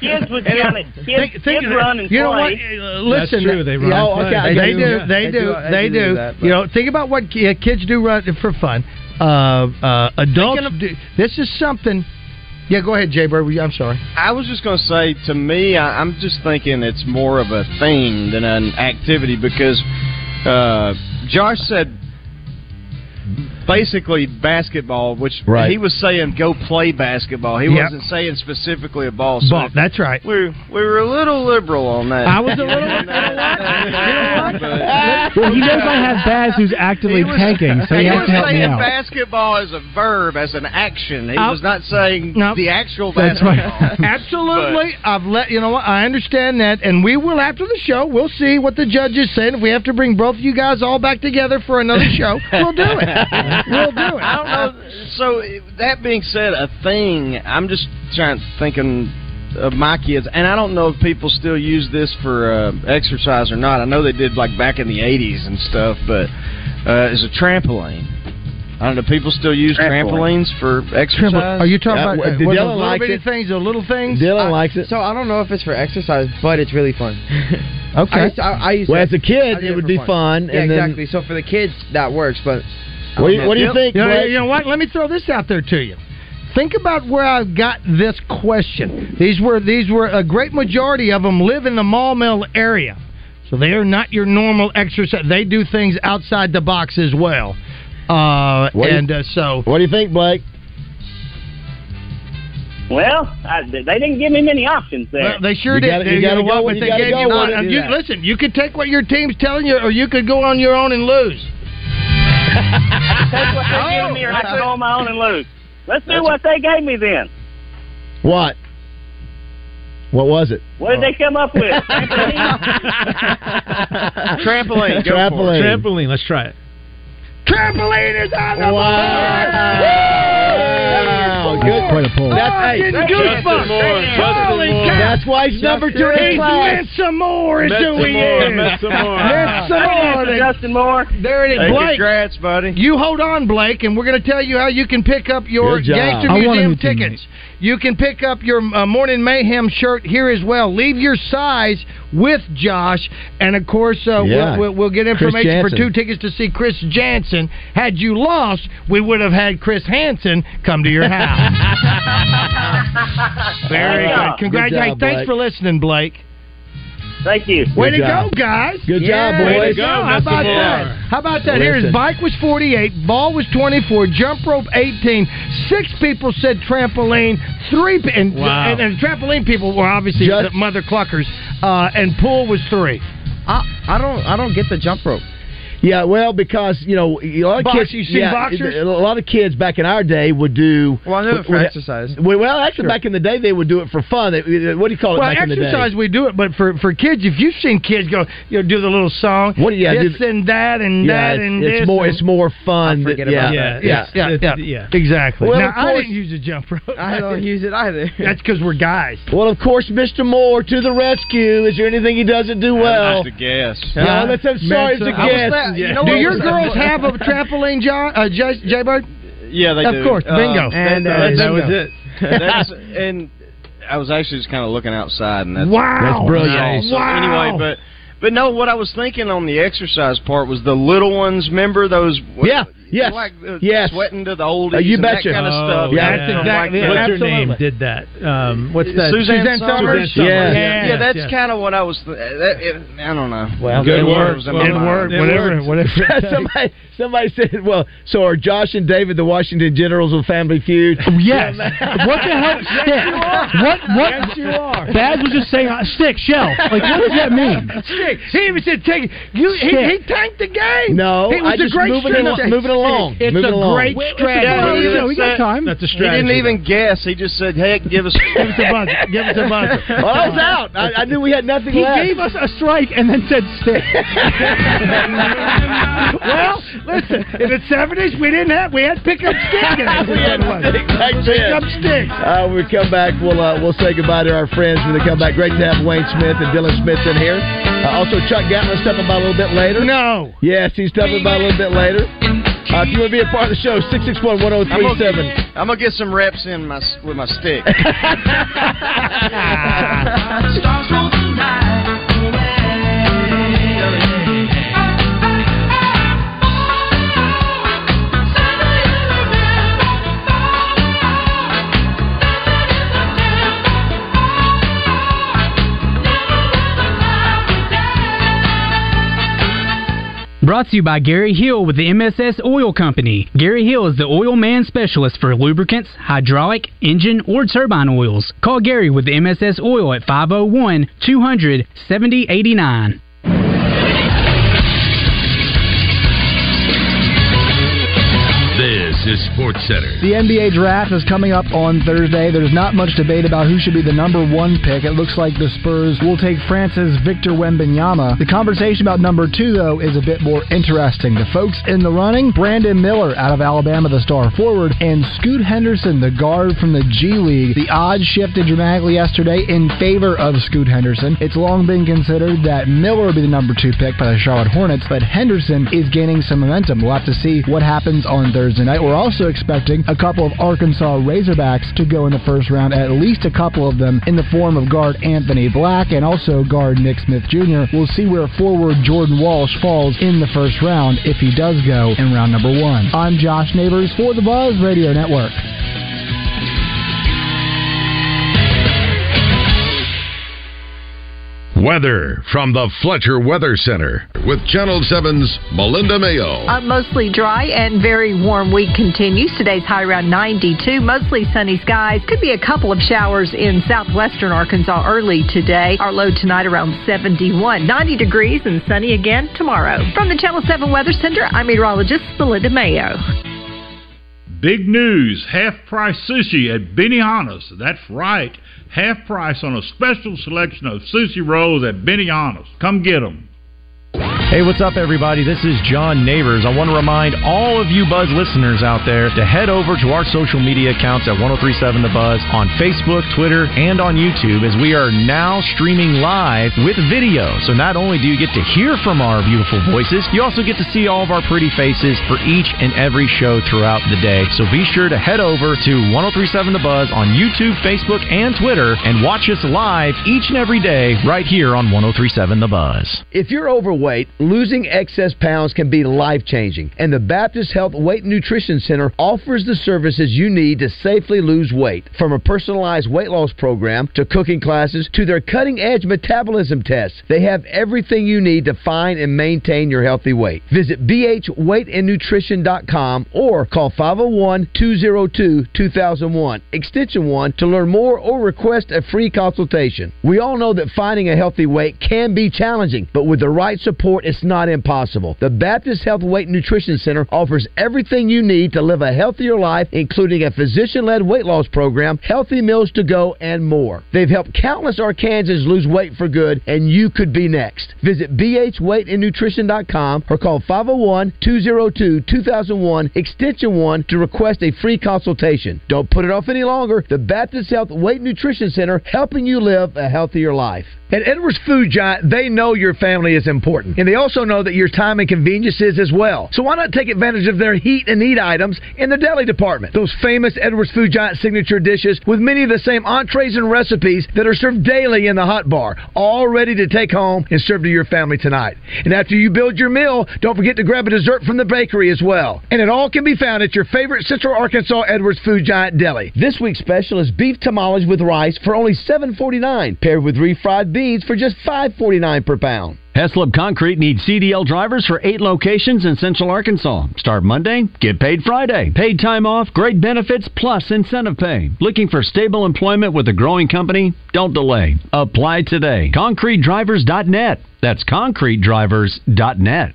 Speaker 10: kids would count it. Kids,
Speaker 4: Think- think
Speaker 10: kids
Speaker 4: of that.
Speaker 10: run and
Speaker 4: You know
Speaker 10: play.
Speaker 4: what? Uh, Listen, yeah,
Speaker 10: Oh, okay, I
Speaker 4: they,
Speaker 10: get
Speaker 4: do,
Speaker 10: it.
Speaker 4: they do,
Speaker 10: I
Speaker 4: they
Speaker 10: do
Speaker 4: do.
Speaker 10: that, but-
Speaker 4: you know, think about what ki- uh, kids do run for fun. Uh, uh, adults do. This is something. Yeah, go ahead, Jay Bird. Were you- I'm sorry.
Speaker 7: I was just going to say, to me, I, I'm just thinking it's more of a thing than an activity because uh, Josh said basically basketball, which
Speaker 3: Right.
Speaker 7: he was saying go play basketball. He
Speaker 4: Yep.
Speaker 7: wasn't saying specifically a ball. So
Speaker 4: Ball, that's
Speaker 7: <laughs>
Speaker 4: right.
Speaker 7: We we were a little liberal on that.
Speaker 4: I was a little.
Speaker 7: <laughs> You know what?
Speaker 4: Let-
Speaker 13: Well, he knows I have Baz who's actively tanking, so he, has
Speaker 14: was
Speaker 13: to help
Speaker 14: saying
Speaker 13: me out.
Speaker 14: basketball as a verb, as an action. He
Speaker 13: Oh.
Speaker 14: was not saying the actual
Speaker 13: That's
Speaker 14: basketball.
Speaker 13: right. <laughs>
Speaker 4: Absolutely. I've let you know what I understand that and we will after the show, we'll see what the judges say. And if we have to bring both of you guys all back together for <laughs> another show, we'll do it. We'll do it.
Speaker 14: I don't know. So that being said, a thing. I'm just trying thinking of my kids, and I don't know if people still use this for uh, exercise or not. I know they did like back in the '80s and stuff, but uh, is a trampoline. I don't know. People still use
Speaker 11: Trampoline.
Speaker 14: trampolines for exercise.
Speaker 11: Are you talking
Speaker 14: Yeah,
Speaker 11: about,
Speaker 14: well,
Speaker 11: uh,
Speaker 14: did
Speaker 11: what
Speaker 14: y'all
Speaker 11: the
Speaker 14: like
Speaker 11: little
Speaker 14: it?
Speaker 4: Things the little things.
Speaker 3: Dylan likes it.
Speaker 11: So I don't know if it's for exercise, but it's really
Speaker 4: <laughs>
Speaker 11: fun.
Speaker 3: <laughs> Okay.
Speaker 11: I used to, I, I used
Speaker 3: Well,
Speaker 11: to-
Speaker 3: as a kid,
Speaker 11: I did
Speaker 3: it would
Speaker 11: for
Speaker 3: be fun,
Speaker 11: Yeah,
Speaker 3: and then-
Speaker 11: exactly. So for the kids, that works. But I
Speaker 3: What
Speaker 11: don't
Speaker 3: do you-
Speaker 11: know.
Speaker 3: what do you Yep. think,
Speaker 4: You know,
Speaker 3: Blake?
Speaker 4: you know what? Let me throw this out there to you. Think about where I got this question. These were these were a great majority of them live in the Mall Mill area, so they are not your normal exercise. They do things outside the box as well. Uh,
Speaker 3: What do you-
Speaker 4: and uh, so,
Speaker 3: what do you think, Blake?
Speaker 10: Well, I, they didn't give me many options there.
Speaker 4: Well, they sure did. They- know what? But they gave you none. Uh, you- Listen, you could take what your team's telling you, or you could go on your own and lose.
Speaker 10: That's what they gave me, or I can go on my own and lose. Let's do what they gave me then.
Speaker 3: What? What was it?
Speaker 10: What did they come up
Speaker 5: <laughs>
Speaker 3: <laughs>
Speaker 10: with?
Speaker 5: Trampoline.
Speaker 3: go for it. Trampoline.
Speaker 5: Trampoline. Let's try it.
Speaker 4: Trampoline is on the
Speaker 3: Wow. Oh, Good.
Speaker 13: Quite a pull.
Speaker 3: That's,
Speaker 4: I'm
Speaker 3: hey,
Speaker 4: Oh, getting
Speaker 3: that's-
Speaker 4: goosebumps.
Speaker 3: Justin Moore, Justin
Speaker 4: Holy
Speaker 3: Moore.
Speaker 4: cow.
Speaker 3: That's why he's number two in his
Speaker 4: He's
Speaker 3: class.
Speaker 4: meant some more, is
Speaker 3: Meant
Speaker 4: who
Speaker 3: some
Speaker 4: he
Speaker 3: more,
Speaker 4: is.
Speaker 3: meant some more.
Speaker 4: Meant some
Speaker 3: Thank
Speaker 4: more.
Speaker 3: you,
Speaker 10: Justin Moore.
Speaker 4: There it is.
Speaker 3: Hey,
Speaker 4: Blake.
Speaker 14: Congrats, buddy.
Speaker 4: You hold on, Blake, and we're going to tell you how you can pick up your
Speaker 3: Good job.
Speaker 4: Gangster
Speaker 3: I want a
Speaker 4: Museum
Speaker 3: new teammate.
Speaker 4: tickets. You can pick up your uh, Morning Mayhem shirt here as well. Leave your size with Josh, and of course, uh,
Speaker 3: Yeah.
Speaker 4: we'll, we'll, we'll get
Speaker 3: Chris
Speaker 4: information for
Speaker 3: Jansen.
Speaker 4: two tickets to see Chris Jansen. Had you lost, we would have had Chris Hansen come to your <laughs> house. Very
Speaker 10: Good
Speaker 4: good.
Speaker 10: job.
Speaker 4: Congratulations.
Speaker 10: Good job,
Speaker 4: Thanks
Speaker 10: Blake.
Speaker 4: for listening, Blake.
Speaker 10: Thank you.
Speaker 4: Way to go, guys.
Speaker 3: Good
Speaker 4: Yeah.
Speaker 3: job, boys.
Speaker 4: Way to go. How <laughs> about that? How about that? Here's
Speaker 3: Listen.
Speaker 4: bike was 48, ball was 24, jump rope 18. Six people said trampoline. Three pe- and,
Speaker 3: Wow.
Speaker 4: and, and trampoline people were obviously the mother cluckers, uh, and pool was three.
Speaker 11: I, Uh, I don't I don't get the jump rope.
Speaker 3: Yeah, well, because you know a lot of
Speaker 11: Box-
Speaker 3: kids.
Speaker 11: you seen
Speaker 3: yeah,
Speaker 11: boxers?
Speaker 3: A lot of kids back in our day would do. Well,
Speaker 11: I know it for exercise.
Speaker 3: Well, actually,
Speaker 11: Sure.
Speaker 3: back in the day, they would do it for fun. They- What do you call it
Speaker 4: Well,
Speaker 3: back in the day?
Speaker 4: exercise we do it, but for, for kids, if you've seen kids go, you know, do the little song, what do
Speaker 3: yeah,
Speaker 4: this
Speaker 3: do-
Speaker 4: and that and
Speaker 3: yeah,
Speaker 4: that
Speaker 3: it's,
Speaker 4: and
Speaker 3: it's
Speaker 4: this.
Speaker 3: more.
Speaker 4: and-
Speaker 3: It's more fun. than- yeah,
Speaker 4: yeah, yeah, yeah, exactly.
Speaker 3: Well,
Speaker 4: now,
Speaker 3: of
Speaker 4: I
Speaker 3: course-
Speaker 4: didn't use a jump rope.
Speaker 11: I
Speaker 4: <laughs>
Speaker 11: don't use it either.
Speaker 4: That's because we're guys.
Speaker 3: Well, of course, Mr. Moore to the rescue. Is there anything he doesn't do well?
Speaker 7: That's a guess.
Speaker 3: No, that's, I'm sorry, it's a
Speaker 7: I was
Speaker 3: guess.
Speaker 7: glad- you know
Speaker 4: Do
Speaker 7: what
Speaker 4: your
Speaker 7: was-
Speaker 4: girls have <laughs> a trampoline, John? Uh, J- J-Bird?
Speaker 7: Yeah, they
Speaker 4: Of
Speaker 7: do.
Speaker 4: course, bingo.
Speaker 7: Um,
Speaker 4: And,
Speaker 7: that,
Speaker 4: uh,
Speaker 7: that- that
Speaker 4: bingo.
Speaker 7: was
Speaker 3: <laughs>
Speaker 7: it. That's, and I was actually just kind of looking outside, and that's
Speaker 4: Wow. That's brilliant.
Speaker 7: So
Speaker 4: Wow.
Speaker 7: Anyway, but but no, what I was thinking on the exercise part was the little ones. Remember those?
Speaker 3: Yeah. Yes.
Speaker 7: Like uh,
Speaker 3: Yes.
Speaker 7: sweating to the oldies.
Speaker 3: Uh, you
Speaker 7: and
Speaker 3: betcha.
Speaker 7: That kind of
Speaker 3: Oh,
Speaker 7: stuff.
Speaker 3: yeah.
Speaker 7: Kind of
Speaker 3: That's exactly-
Speaker 7: Like,
Speaker 5: What's her
Speaker 7: What's
Speaker 5: name? Did that? Um, what's that?
Speaker 7: Uh, Suzanne, Summers.
Speaker 5: Suzanne Summers.
Speaker 7: yeah, yeah, that's
Speaker 5: yeah.
Speaker 7: kind of what I was. Th- that, it, I don't know.
Speaker 3: Well,
Speaker 7: That
Speaker 3: good
Speaker 7: was
Speaker 3: work.
Speaker 7: in my
Speaker 3: Good
Speaker 7: mind.
Speaker 3: work, whatever-
Speaker 4: whatever.
Speaker 3: <laughs> somebody, somebody said, "Well, so are Josh and David the Washington Generals of Family Feud?" <laughs>
Speaker 15: Yes. What the hell?
Speaker 3: Yes,
Speaker 15: Stick.
Speaker 3: you are.
Speaker 15: What? What?
Speaker 3: Yes, you are.
Speaker 15: Baz was just saying uh, stick shell. Like what does that
Speaker 4: <laughs>
Speaker 15: mean?
Speaker 4: Stick. He even said take it. You, he,
Speaker 15: Stick.
Speaker 4: he tanked the game.
Speaker 3: No,
Speaker 4: it was
Speaker 3: I
Speaker 4: a
Speaker 3: just
Speaker 4: great
Speaker 3: moving
Speaker 4: strategy.
Speaker 3: along- moving along,
Speaker 4: It's
Speaker 3: moving
Speaker 4: a
Speaker 3: along.
Speaker 4: great
Speaker 3: Wait, wait,
Speaker 4: strategy.
Speaker 7: Yeah, he
Speaker 3: Yeah, we
Speaker 7: just
Speaker 3: got
Speaker 7: said-
Speaker 3: time.
Speaker 5: That's a
Speaker 7: He
Speaker 3: strategy,
Speaker 7: didn't even guess. He just said, "Heck, give us give
Speaker 4: us a buzzer. Give us a buzzer.
Speaker 3: well, I was out. I, I knew we had nothing
Speaker 15: He
Speaker 3: left.
Speaker 15: gave us a strike and then said
Speaker 3: <laughs>
Speaker 15: stick.
Speaker 4: well, listen, <laughs> in the seventies we didn't have we had pickup stick. <laughs>
Speaker 3: We had stick back
Speaker 4: pickup
Speaker 3: then.
Speaker 4: stick.
Speaker 3: Uh, when we come back, we'll uh, we'll say goodbye to our friends when they come back. Great to have Wayne Smith and Dylan Smith in here. Uh, also, Chuck Gatlin's stepping by a little bit later.
Speaker 4: No.
Speaker 3: Yes, he's stepping by a little bit later. Uh, if you want to be a part of the show, 661
Speaker 7: I'm gonna,
Speaker 3: 1037.
Speaker 7: get, I'm gonna get some reps in my s- with my
Speaker 3: <laughs>
Speaker 7: stick.
Speaker 16: Brought to you by Gary Hill with the MSS Oil Company. Gary Hill is the oil man specialist for lubricants, hydraulic, engine, or turbine oils. Call Gary with the MSS Oil at 501 200 7089.
Speaker 2: Sports Center.
Speaker 17: The NBA draft is coming up on Thursday. There's not much debate about who should be the number one pick. It looks like the Spurs will take Francis Victor Wembanyama. The conversation about number two, though, is a bit more interesting. The folks in the running Brandon Miller out of Alabama, the star forward, and Scoot Henderson, the guard from the G League. The odds shifted dramatically yesterday in favor of Scoot Henderson. It's long been considered that Miller will be the number two pick by the Charlotte Hornets, but Henderson is gaining some momentum. We'll have to see what happens on Thursday night. We're also expecting a couple of Arkansas Razorbacks to go in the first round, at least a couple of them in the form of guard Anthony Black and also guard Nick Smith Jr. We'll see where forward Jordan Walsh falls in the first round if he does go in round number one. I'm Josh Neighbors for the Buzz Radio Network.
Speaker 2: Weather from the Fletcher Weather Center with Channel 7's Melinda Mayo.
Speaker 18: A Uh, mostly dry and very warm week continues. Today's high around 92, mostly sunny skies. Could be a couple of showers in southwestern Arkansas early today. Our low tonight around 71, 90 degrees and sunny again tomorrow. From the Channel 7 Weather Center, I'm meteorologist Melinda Mayo.
Speaker 19: Big news half price sushi at Benihana's. That's right, half price on a special selection of sushi rolls at Benihana's. Come get 'em.
Speaker 20: Hey, what's up, everybody? This is John Neighbors. I want to remind all of you Buzz listeners out there to head over to our social media accounts at 1037 The Buzz on Facebook, Twitter, and on YouTube as we are now streaming live with video. So not only do you get to hear from our beautiful voices, you also get to see all of our pretty faces for each and every show throughout the day. So be sure to head over to 1037 The Buzz on YouTube, Facebook, and Twitter and watch us live each and every day right here on 1037 The Buzz.
Speaker 3: If you're overweight, losing excess pounds can be life changing, and the Baptist Health Weight and Nutrition Center offers the services you need to safely lose weight from a personalized weight loss program to cooking classes to their cutting edge metabolism tests. They have everything you need to find and maintain your healthy weight. Visit bhweightandnutrition.com or call 501 202 2001, extension 1 to learn more or request a free consultation. We all know that finding a healthy weight can be challenging, but with the right support, it's not impossible. The Baptist Health Weight and Nutrition Center offers everything you need to live a healthier life, including a physician led weight loss program, healthy meals to go, and more. They've helped countless Arkansans lose weight for good, and you could be next. Visit bhweightandnutrition.com or call 501 202 2001 Extension 1 to request a free consultation. Don't put it off any longer. The Baptist Health Weight and Nutrition Center helping you live a healthier life. At Edwards Food Giant, they know your family is important, and they also know that your time and convenience is as well. So why not take advantage of their heat and eat items in the deli department? Those famous Edwards Food Giant signature dishes with many of the same entrees and recipes that are served daily in the hot bar, all ready to take home and serve to your family tonight. And after you build your meal, don't forget to grab a dessert from the bakery as well. And it all can be found at your favorite Central Arkansas Edwards Food Giant deli. This week's special is beef tamales with rice for only $7.49, paired with refried beans for just $5.49 per pound.
Speaker 21: Heslop Concrete needs CDL drivers for eight locations in Central Arkansas. Start Monday, get paid Friday. Paid time off, great benefits, plus incentive pay. Looking for stable employment with a growing company? Don't delay. Apply today. ConcreteDrivers.net. That's ConcreteDrivers.net.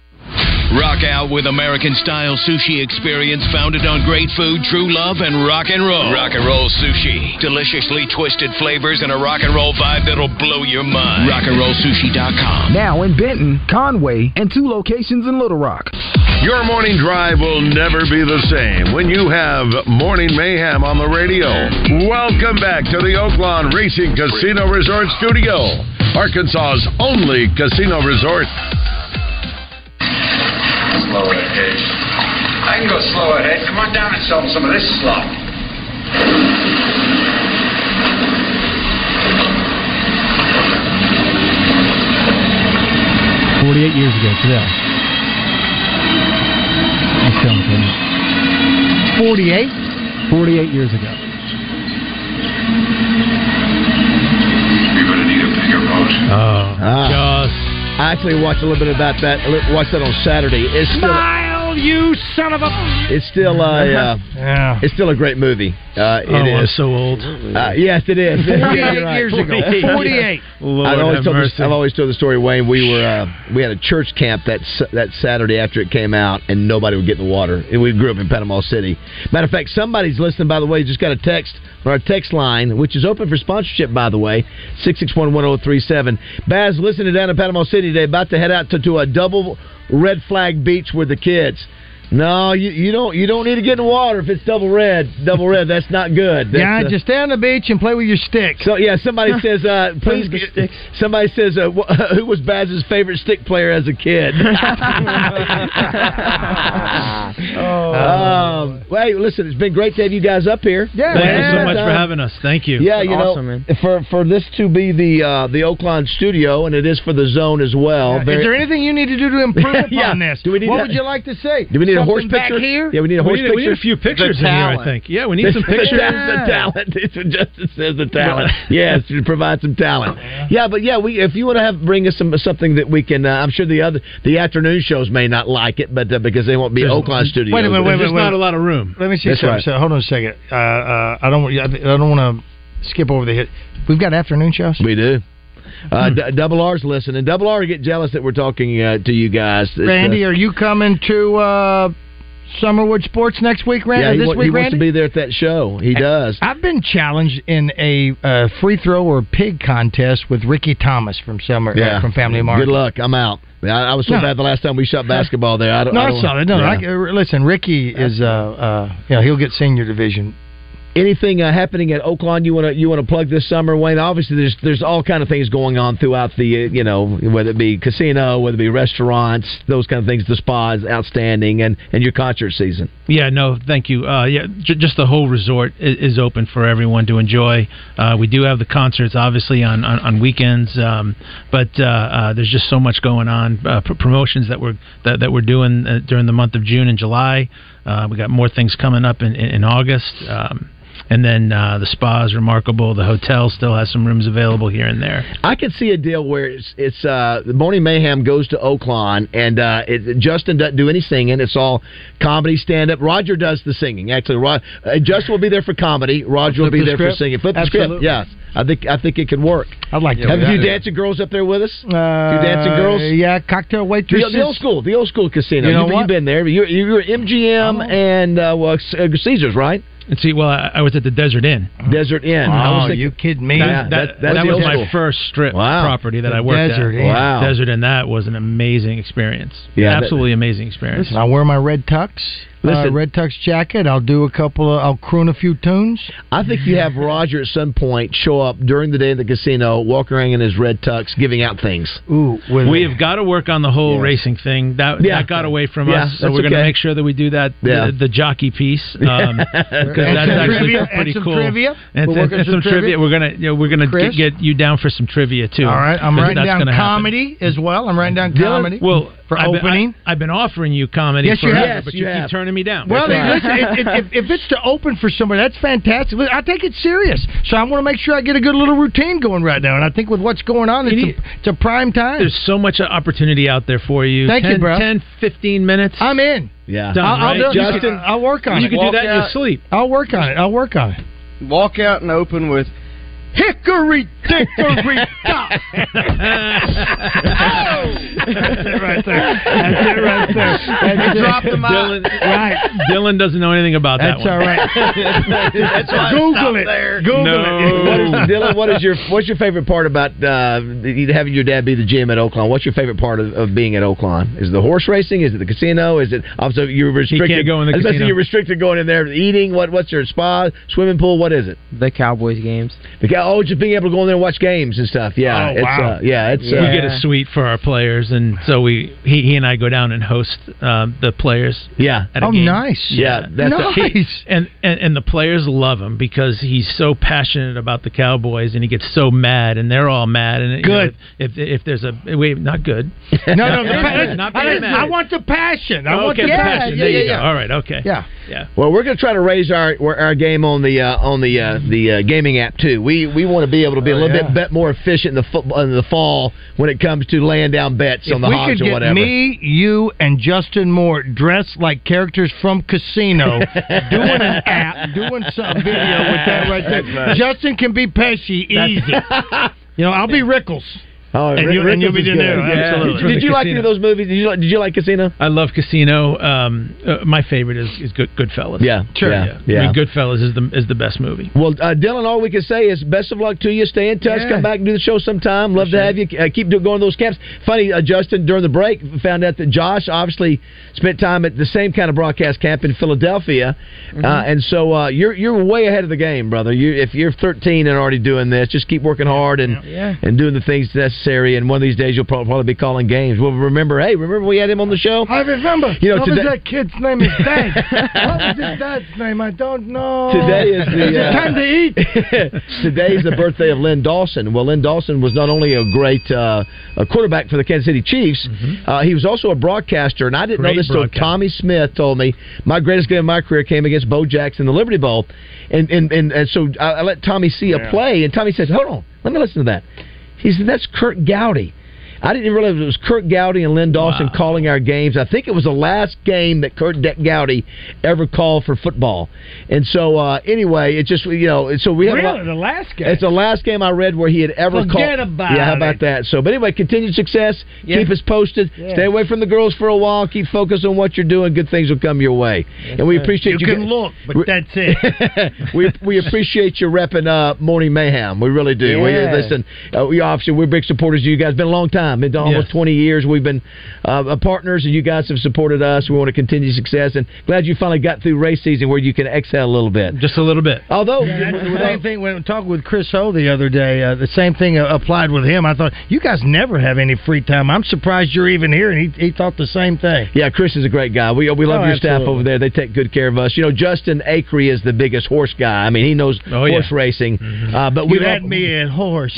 Speaker 22: Rock out with American style sushi experience founded on great food, true love, and rock and roll. Rock and roll sushi. Deliciously twisted flavors and a rock and roll vibe that'll blow your mind. Rockandrollsushi.com.
Speaker 23: Now in Benton, Conway, and two locations in Little Rock.
Speaker 2: Your morning drive will never be the same when you have Morning Mayhem on the radio. Welcome back to the Oaklawn Racing Casino Resort Studio, Arkansas's only casino resort.
Speaker 24: Slow it, Dave. I can go slow ahead. Come on down and sell them some of this slop.
Speaker 13: Forty-eight years ago today. That's dumb, isn't it? 48? 48 years ago.
Speaker 24: You're gonna need a bigger boat.
Speaker 3: Ah. I actually watched a little bit about that. Watched that on Saturday. It's still,
Speaker 24: Miles
Speaker 4: Bill, you son of a.
Speaker 3: It's still uh,
Speaker 4: Uh-huh.
Speaker 3: yeah. It's still a great movie. Uh, it
Speaker 5: Oh, I'm
Speaker 3: is. so old. Uh, yes, it is.
Speaker 4: 48 years ago. 48. Lord
Speaker 3: I've
Speaker 4: have
Speaker 3: always, told
Speaker 4: mercy.
Speaker 3: This, I've always told the story, Wayne. We were uh, we had a church camp that s- that Saturday after it came out, and nobody would get in the water. And we grew up in Panama City. Matter of fact, somebody's listening. By the way, just got a text on our text line, which is open for sponsorship. By the way, six six one one zero three seven. Baz, listening down in Panama City today, about to head out to, to a double red flag beach with the kids. No, you, you don't. You don't need to get in the water if it's double red. Double red. That's not good. That's,
Speaker 4: Yeah,
Speaker 3: uh,
Speaker 4: just stay on the beach and play with your stick.
Speaker 3: So yeah, somebody says, uh, please. Somebody says, uh, wh- <laughs> who was Baz's favorite stick player as a <laughs> kid? Um, well, hey, listen, it's been great to have you guys up here. Yeah,
Speaker 5: Thank you so much for having us. Thank you.
Speaker 3: Yeah, you know, for for this to be the uh, the Oakland studio, and it is for the zone as well.
Speaker 4: Is there anything you need to do to improve <laughs> upon
Speaker 3: Yeah.
Speaker 4: this?
Speaker 3: Do we need
Speaker 4: what
Speaker 3: that?
Speaker 4: would you like to say?
Speaker 3: Do we need a
Speaker 4: Something
Speaker 3: horse
Speaker 4: back
Speaker 3: picture?
Speaker 4: here?
Speaker 3: Yeah, we need a horse picture. The talent. <laughs> The- the-
Speaker 4: Yeah.
Speaker 3: The talent. <laughs> It's what Justice says the <laughs> talent. yes, to provide some talent. Yeah, but yeah, we if you want to have bring us some something that we can, uh, I'm sure the other the afternoon shows may not like it, but uh, because they won't be Oakland studios.
Speaker 12: Wait a minute, wait, wait, wait.
Speaker 5: of room.
Speaker 12: Let me see
Speaker 3: That's
Speaker 12: something.
Speaker 3: right.
Speaker 12: So, hold on a second. Uh, uh, I don't. want- I don't want to skip over the hit. We've got afternoon shows.
Speaker 3: We do. Uh, D- Double R's listening. Double R get jealous that we're talking uh, to you guys. It's, uh,
Speaker 4: Randy, are you coming to uh, Summerwood Sports next week, Randy?
Speaker 3: yeah, he,
Speaker 4: this
Speaker 3: wa-
Speaker 4: week,
Speaker 3: he wants
Speaker 4: Randy?
Speaker 3: to be there at that show. He does.
Speaker 12: I've been challenged in a uh, free throw or pig contest with Ricky Thomas from Summer uh,
Speaker 3: Yeah,
Speaker 12: from Family Mart.
Speaker 3: Good luck. I'm out. I, I was so
Speaker 12: No.
Speaker 3: bad the last time we shot basketball there. I don't.
Speaker 12: no,
Speaker 3: I
Speaker 12: I,
Speaker 3: don't,
Speaker 12: saw that. No,
Speaker 3: Yeah.
Speaker 12: I, uh, listen, Ricky is. Uh, uh, you know, he'll get senior division.
Speaker 3: anything uh, happening at Oakland you want to you want to plug this summer, Wayne? Obviously, there's there's all kind of things going on throughout the uh, you know whether it be casino, whether it be restaurants, those kind of things. The spa is outstanding, and and your concert season.
Speaker 5: Yeah, no, thank you. Uh, yeah, j- just the whole resort is, is open for everyone to enjoy. Uh, we do have the concerts, obviously, on on, on weekends, um, but uh, uh, there's just so much going on. Uh, pr- promotions that we're that, that we're doing uh, during the month of June and July. Uh, we got more things coming up in in, in August. Um, and then uh, the spa is remarkable. The hotel still has some rooms available here and there.
Speaker 3: I could see a deal where it's it's uh, the Morning Mayhem goes to Oakland, and uh, it, Justin doesn't do any singing. It's all comedy stand up. Roger does the singing. Actually, Rod, uh, Justin will be there for comedy. Roger will
Speaker 12: Flip
Speaker 3: be
Speaker 12: the
Speaker 3: there
Speaker 12: script?
Speaker 3: for singing. Flip the script.
Speaker 12: Absolutely.
Speaker 3: Yes, I think I think it could work.
Speaker 12: I'd like
Speaker 3: Have a few
Speaker 12: that.
Speaker 3: dancing girls up there with us.
Speaker 12: Uh,
Speaker 3: dancing girls?
Speaker 12: Yeah, cocktail
Speaker 3: The,
Speaker 12: waitresses.
Speaker 3: the old school, the old school casino.
Speaker 12: You know
Speaker 3: have
Speaker 12: what?
Speaker 3: you've been there. You you were
Speaker 5: Oh.
Speaker 3: MGM and uh, well, C- uh, Caesars, right?
Speaker 5: And see, well, I, I was at the Desert Inn.
Speaker 3: Desert Inn. I was
Speaker 5: Oh,
Speaker 3: thinking-
Speaker 5: you kidding me?
Speaker 3: Yeah,
Speaker 5: That-
Speaker 3: that,
Speaker 5: that
Speaker 3: that's
Speaker 5: was
Speaker 3: the old
Speaker 5: my
Speaker 3: school.
Speaker 5: first strip
Speaker 3: Wow.
Speaker 5: property that
Speaker 3: The
Speaker 5: I worked
Speaker 3: Desert
Speaker 5: at.
Speaker 3: Inn. Wow.
Speaker 5: Desert Inn. That was an amazing experience.
Speaker 3: Yeah, that-
Speaker 5: absolutely amazing experience.
Speaker 12: Listen, I wear my red tux.
Speaker 3: Listen.
Speaker 12: uh, red tux jacket. I'll do a couple of. I'll croon a few tunes.
Speaker 3: I think you have Roger at some point show up during the day at the casino, walk around in his red tux, giving out things.
Speaker 12: Ooh,
Speaker 5: we have got to work on the whole racing thing. That
Speaker 3: Yeah.
Speaker 5: that got away from
Speaker 3: Yeah,
Speaker 5: us, so
Speaker 3: that's
Speaker 5: we're going to
Speaker 3: okay.
Speaker 5: make sure that we do that.
Speaker 3: Yeah.
Speaker 5: The, the jockey
Speaker 3: <laughs>
Speaker 5: piece, um, because
Speaker 3: And
Speaker 5: that's
Speaker 3: some
Speaker 5: actually
Speaker 3: trivia,
Speaker 5: pretty
Speaker 3: and some
Speaker 5: cool.
Speaker 3: trivia.
Speaker 5: And,
Speaker 3: We're
Speaker 5: and-
Speaker 3: working
Speaker 5: and
Speaker 3: some
Speaker 5: some trivia.
Speaker 3: trivia.
Speaker 5: We're gonna you know, we're gonna
Speaker 4: Chris?
Speaker 5: get, get you down for some trivia too.
Speaker 4: All right, I'm
Speaker 5: That-
Speaker 4: writing
Speaker 5: that's
Speaker 4: down
Speaker 5: gonna happen.
Speaker 4: comedy as well. I'm writing down
Speaker 5: Dylan,
Speaker 4: comedy.
Speaker 5: Well,
Speaker 4: for
Speaker 5: I've Been,
Speaker 4: opening.
Speaker 5: I, have been offering you comedy
Speaker 4: Yes, you
Speaker 5: forever,
Speaker 4: have.
Speaker 5: but
Speaker 4: Yes,
Speaker 5: you,
Speaker 4: you
Speaker 5: keep
Speaker 4: have.
Speaker 5: turning me down.
Speaker 4: Well,
Speaker 5: That's all right. <laughs>
Speaker 4: listen, if, if, if, if it's to open for somebody, that's fantastic. Look, I take it serious, so I want to make sure I get a good little routine going right now. And I think with what's going on, it's, a, it's a prime time.
Speaker 5: there's so much opportunity out there for you.
Speaker 4: Thank
Speaker 5: 10,
Speaker 4: you, bro.
Speaker 5: 10, 15 minutes.
Speaker 4: I'm in.
Speaker 3: Yeah.
Speaker 5: Done,
Speaker 4: I'll,
Speaker 5: right?
Speaker 4: I'll do it.
Speaker 5: Justin,
Speaker 4: Justin, I'll work on
Speaker 5: you
Speaker 4: it.
Speaker 5: can do that in your
Speaker 4: Walk out.
Speaker 5: sleep.
Speaker 4: I'll work on it. I'll work on it.
Speaker 7: Walk out and open with
Speaker 4: Hickory dickory
Speaker 12: <laughs>
Speaker 3: <laughs>
Speaker 4: dock.
Speaker 5: right
Speaker 4: there. That's it right there. That's it.
Speaker 5: Dylan,
Speaker 4: Right.
Speaker 5: Dylan doesn't know anything about
Speaker 4: That's
Speaker 5: that
Speaker 4: all
Speaker 5: one.
Speaker 4: right.
Speaker 5: <laughs> That's why I
Speaker 4: Google
Speaker 5: stopped
Speaker 4: it.
Speaker 5: there.
Speaker 4: Google
Speaker 5: No.
Speaker 4: it.
Speaker 3: What is, Dylan, what is your what's your favorite part about uh, the- having your dad be the GM at Oakland? What's your favorite part of, of being at Oakland? Is it the horse racing? Is it the casino? Is it also you're restricted?
Speaker 5: can't go in the
Speaker 3: I was about to say
Speaker 5: casino.
Speaker 3: You're restricted going in there eating. What what's your spa swimming pool? What is it?
Speaker 11: The Cowboys games.
Speaker 3: The cow, oh, just being able to go in there and watch games and stuff. Yeah,
Speaker 5: Oh,
Speaker 3: it's,
Speaker 5: wow.
Speaker 3: Uh, yeah, it's uh,
Speaker 5: we get a suite for our players, and so we he, he and I go down and host um, the players.
Speaker 3: Yeah.
Speaker 5: At a
Speaker 3: Oh,
Speaker 5: game.
Speaker 3: nice. Yeah, that's- Nice.
Speaker 5: He- and, and and the players love him because he's so passionate about the Cowboys, and he gets so mad, and they're all mad. And you
Speaker 4: Good.
Speaker 5: know, if if there's a wait, not good.
Speaker 4: No, no, the
Speaker 5: not, <laughs> <laughs>
Speaker 4: pa-
Speaker 5: not
Speaker 4: I,
Speaker 5: bad.
Speaker 4: I want the passion. I want
Speaker 5: okay,
Speaker 4: the
Speaker 5: the
Speaker 4: passion.
Speaker 5: passion. there you go. All right. Okay.
Speaker 4: Yeah.
Speaker 5: Yeah.
Speaker 3: Well, we're going to try to raise our our game on the uh, on the uh, the uh, gaming app too. We we want to be able to be a
Speaker 12: Oh,
Speaker 3: little
Speaker 12: yeah.
Speaker 3: bit, bit more efficient in the football in the fall when it comes to laying down bets on the
Speaker 12: if we
Speaker 3: hogs
Speaker 12: could
Speaker 3: or
Speaker 12: get
Speaker 3: whatever.
Speaker 12: me, you, and Justin Moore dressed like characters from
Speaker 3: <laughs>
Speaker 12: Casino, doing an app, doing some video with that right there.
Speaker 4: That's right.
Speaker 12: Justin can be Pesci easy. <laughs> you know, I'll be Rickles.
Speaker 3: Oh,
Speaker 12: and,
Speaker 3: Rick-
Speaker 12: you, and you'll
Speaker 3: Rickles
Speaker 12: be
Speaker 3: is
Speaker 12: De Niro.
Speaker 3: good. Yeah.
Speaker 12: Absolutely.
Speaker 3: Did you like any of those movies? Did you like, did you like Casino?
Speaker 5: I love Casino. Um, uh, my favorite is, is Good Goodfellas.
Speaker 3: Yeah,
Speaker 5: sure.
Speaker 3: yeah,
Speaker 5: I
Speaker 3: yeah.
Speaker 5: mean, Goodfellas is the is the best movie.
Speaker 3: Well, uh, Dylan, all we can say is best of luck to you. Stay in touch.
Speaker 5: Yeah.
Speaker 3: Come back and do the show sometime. Love to have you. Uh, keep do- going to those camps. Funny, uh, Justin, during the break, found out that Josh obviously spent time at the same kind of broadcast camp in Philadelphia, uh,
Speaker 25: Mhm.
Speaker 3: and so uh, you're you're way ahead of the game, brother. You if you're 13 and already doing this, just keep working hard and
Speaker 25: Yeah.
Speaker 3: and doing the things necessary. And one of these days, you'll pro- probably be calling games. We'll remember. Hey, remember we had him on the show. I remember. You know,
Speaker 4: what
Speaker 3: today,
Speaker 4: was that kid's name? Is
Speaker 3: <laughs>
Speaker 4: Dad. what was his dad's name? I don't know.
Speaker 3: Today is the
Speaker 4: Is it
Speaker 3: uh,
Speaker 4: time to
Speaker 3: <laughs> Today is the birthday of Lynn Dawson. Well, Lynn Dawson was not only a great uh, a quarterback for the Kansas City Chiefs,
Speaker 4: Mm-hmm.
Speaker 3: uh, he was also a broadcaster. And I didn't
Speaker 5: Great
Speaker 3: know this until
Speaker 5: broadcaster.
Speaker 3: Tommy Smith told me my greatest game of my career came against Bo Jackson in the Liberty Bowl, and and and, and so I, I let Tommy see a
Speaker 5: Yeah.
Speaker 3: play, and Tommy says, "Hold on, let me listen to that." He said, "That's Kurt Gowdy." I didn't even realize it was Kurt Gowdy and Lynn Dawson calling our games. I think it was the last game that Kurt De- Gowdy ever called for football. And so, uh, anyway, it just you know, so <laughs> we have a lot,
Speaker 4: Really, the last game.
Speaker 17: <laughs>
Speaker 3: it's <laughs> the last game I read where he had ever called.
Speaker 4: Forget about
Speaker 3: Yeah, how about
Speaker 4: it.
Speaker 3: that? So, but anyway, continued success.
Speaker 4: Yeah.
Speaker 3: Keep us posted.
Speaker 4: Yeah.
Speaker 3: Stay away from the girls for a while. Keep focused on what you're doing. Good things will come your way. and we
Speaker 12: right.
Speaker 3: appreciate
Speaker 12: You
Speaker 3: you.
Speaker 12: can look, but
Speaker 3: that's it. <laughs> we we appreciate you repping uh, Morning Mayhem. We really do. We
Speaker 12: Yeah.
Speaker 3: listen. Uh, we obviously we're big supporters of you guys. Been a long time. Been almost
Speaker 12: Yes.
Speaker 3: 20 years. We've been uh, partners, and you guys have supported us. We want to continue success, and glad you finally got through race season where you can exhale a little bit.
Speaker 5: Just a little bit.
Speaker 3: Although
Speaker 12: the same thing when talking with Chris Ho the other day, uh, the same thing uh, applied with him. I thought you guys never have any free time. I'm surprised you're even here, and he, he thought the same thing.
Speaker 3: Yeah, Chris is a great guy. We we love
Speaker 12: Oh,
Speaker 3: your staff
Speaker 12: absolutely.
Speaker 3: over there. They take good care of us. You know, Justin Acree is the biggest horse guy. I mean, he knows
Speaker 12: yeah.
Speaker 3: horse racing. Uh, but we
Speaker 12: you had
Speaker 3: love-
Speaker 12: me at horse.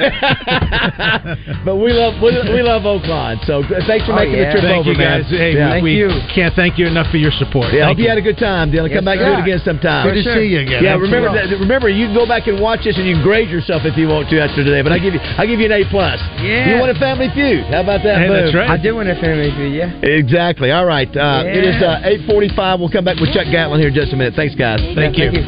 Speaker 12: <laughs>
Speaker 3: <laughs> but we love we, we love Oakland. So thanks for
Speaker 5: Oh,
Speaker 3: making
Speaker 5: yeah.
Speaker 3: the trip
Speaker 5: Thank
Speaker 3: over,
Speaker 5: you
Speaker 3: man.
Speaker 5: guys. Hey,
Speaker 3: yeah.
Speaker 5: we- we Can't thank you enough for your support.
Speaker 3: Yeah, I
Speaker 5: Thank
Speaker 3: hope you had a good time, Dylan.
Speaker 5: Yes,
Speaker 3: Come back
Speaker 5: sir.
Speaker 3: and do it again sometime.
Speaker 5: Good to Yes, sir. see you again.
Speaker 3: Yeah,
Speaker 5: Absolutely.
Speaker 3: remember that, remember you can go back and watch this and you can grade yourself if you want to after today. But I give you I give you an A plus.
Speaker 11: Yeah.
Speaker 3: You
Speaker 17: <laughs>
Speaker 3: want a family feud? How about that? Boom.
Speaker 11: I do want a family feud, yeah.
Speaker 3: Exactly. All right. Uh, It is uh, 845. We'll come back with Chuck Gatlin here in just a minute. Thanks, guys.
Speaker 11: Thank you.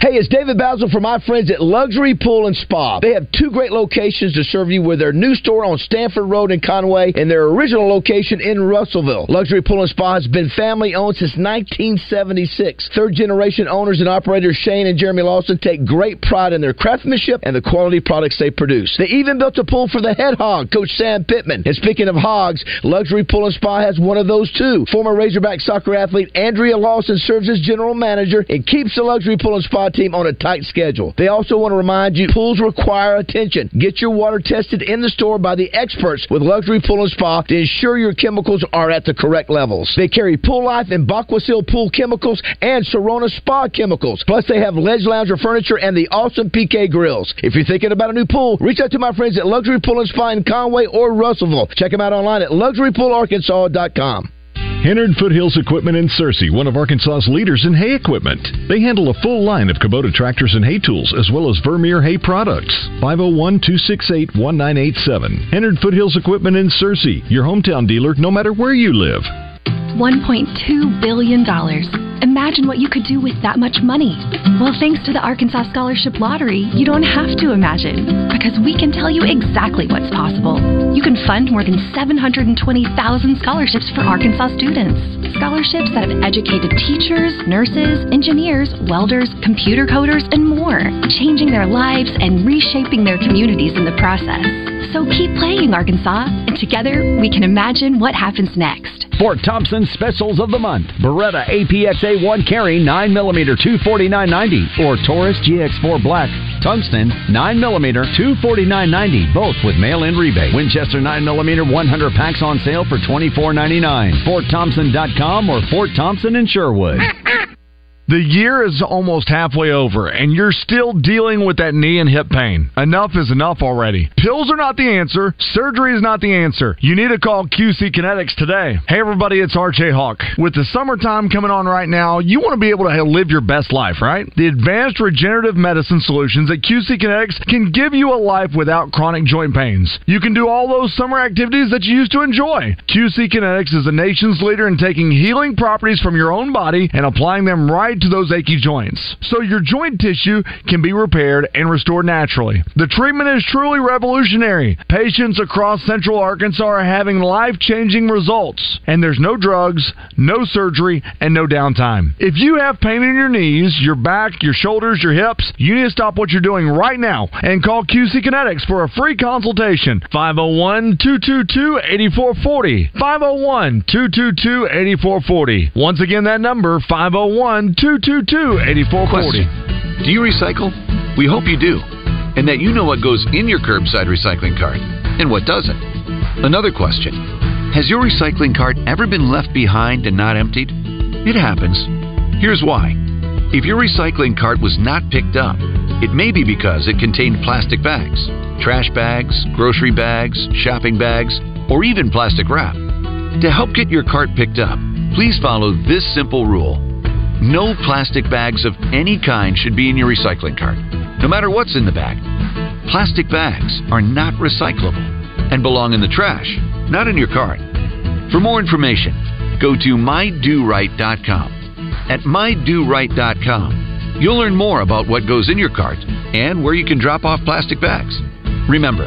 Speaker 3: Hey, it's David Basil for my friends at Luxury Pool and Spa. They have two great locations to serve you with their new store on Stanford Road in Conway and their original location in Russellville. Luxury Pool and Spa has been family owned since 1976. Third generation owners and operators Shane and Jeremy Lawson take great pride in their craftsmanship and the quality products they produce. They even built a pool for the head hog, Coach Sam Pittman. And speaking of hogs, Luxury Pool and Spa has one of those too. Former Razorback soccer athlete Andrea Lawson serves as general manager and keeps the Luxury Pool and Spa team on a tight schedule. They also want to remind you pools require attention. Get your water tested in the store by the experts with Luxury Pool and Spa to ensure your chemicals are at the correct levels. They carry Pool Life and Bacquasil pool chemicals and Sorona spa chemicals. Plus, they have Ledge Lounger furniture and the awesome PK grills. If you're thinking about a new pool, reach out to my friends at Luxury Pool and Spa in Conway or Russellville. Check them out online at luxurypoolarkansas.com.
Speaker 26: Hennard Foothills Equipment in Searcy, one of Arkansas's leaders in hay equipment. They handle a full line of Kubota tractors and hay tools, as well as Vermeer hay products. 501 268 1987. Hennard Foothills Equipment in Searcy, your hometown dealer, no matter where you live.
Speaker 27: $1.2 billion. Imagine what you could do with that much money. Well, thanks to the Arkansas Scholarship Lottery, you don't have to imagine because we can tell you exactly what's possible. You can fund more than 720,000 scholarships for Arkansas students. Scholarships that have educated teachers, nurses, engineers, welders, computer coders, and more, changing their lives and reshaping their communities in the process. So keep playing, Arkansas, and together we can imagine what happens next.
Speaker 23: Fort Thompson specials of the month. Beretta APXA 1 carry 9mm 249.90 or Taurus GX4 Black. Tungsten 9mm 249.90 both with mail-in rebate. Winchester 9mm 100 packs on sale for $24.99. FortThompson.com or Fort Thompson in Sherwood.
Speaker 25: The year is almost halfway over, and you're still dealing with that knee and hip pain. Enough is enough already. Pills are not the answer. Surgery is not the answer. You need to call QC Kinetics today. Hey, everybody, it's RJ Hawk. With the summertime coming on right now, you want to be able to live your best life, right? The advanced regenerative medicine solutions at QC Kinetics can give you a life without chronic joint pains. You can do all those summer activities that you used to enjoy. QC Kinetics is the nation's leader in taking healing properties from your own body and applying them right to those achy joints. So your joint tissue can be repaired and restored naturally. The treatment is truly revolutionary. Patients across central Arkansas are having life changing results, and there's no drugs, no surgery, and no downtime. If you have pain in your knees, your back, your shoulders, your hips, you need to stop what you're doing right now and call QC Kinetics for a free consultation. 501 222 8440. 501 222 8440. oh. Once again, that number 501 222 8440.
Speaker 10: Question. Do you recycle? We hope you do, and that you know what goes in your curbside recycling cart and what doesn't. Another question Has your recycling cart ever been left behind and not emptied? It happens. Here's why. If your recycling cart was not picked up, it may be because it contained plastic bags, trash bags, grocery bags, shopping bags, or even plastic wrap. To help get your cart picked up, please follow this simple rule. No plastic bags of any kind should be in your recycling cart, no matter what's in the bag. Plastic bags are not recyclable and belong in the trash, not in your cart. For more information, go to mydoright.com. At mydoright.com, you'll learn more about what goes in your cart and where you can drop off plastic bags. Remember,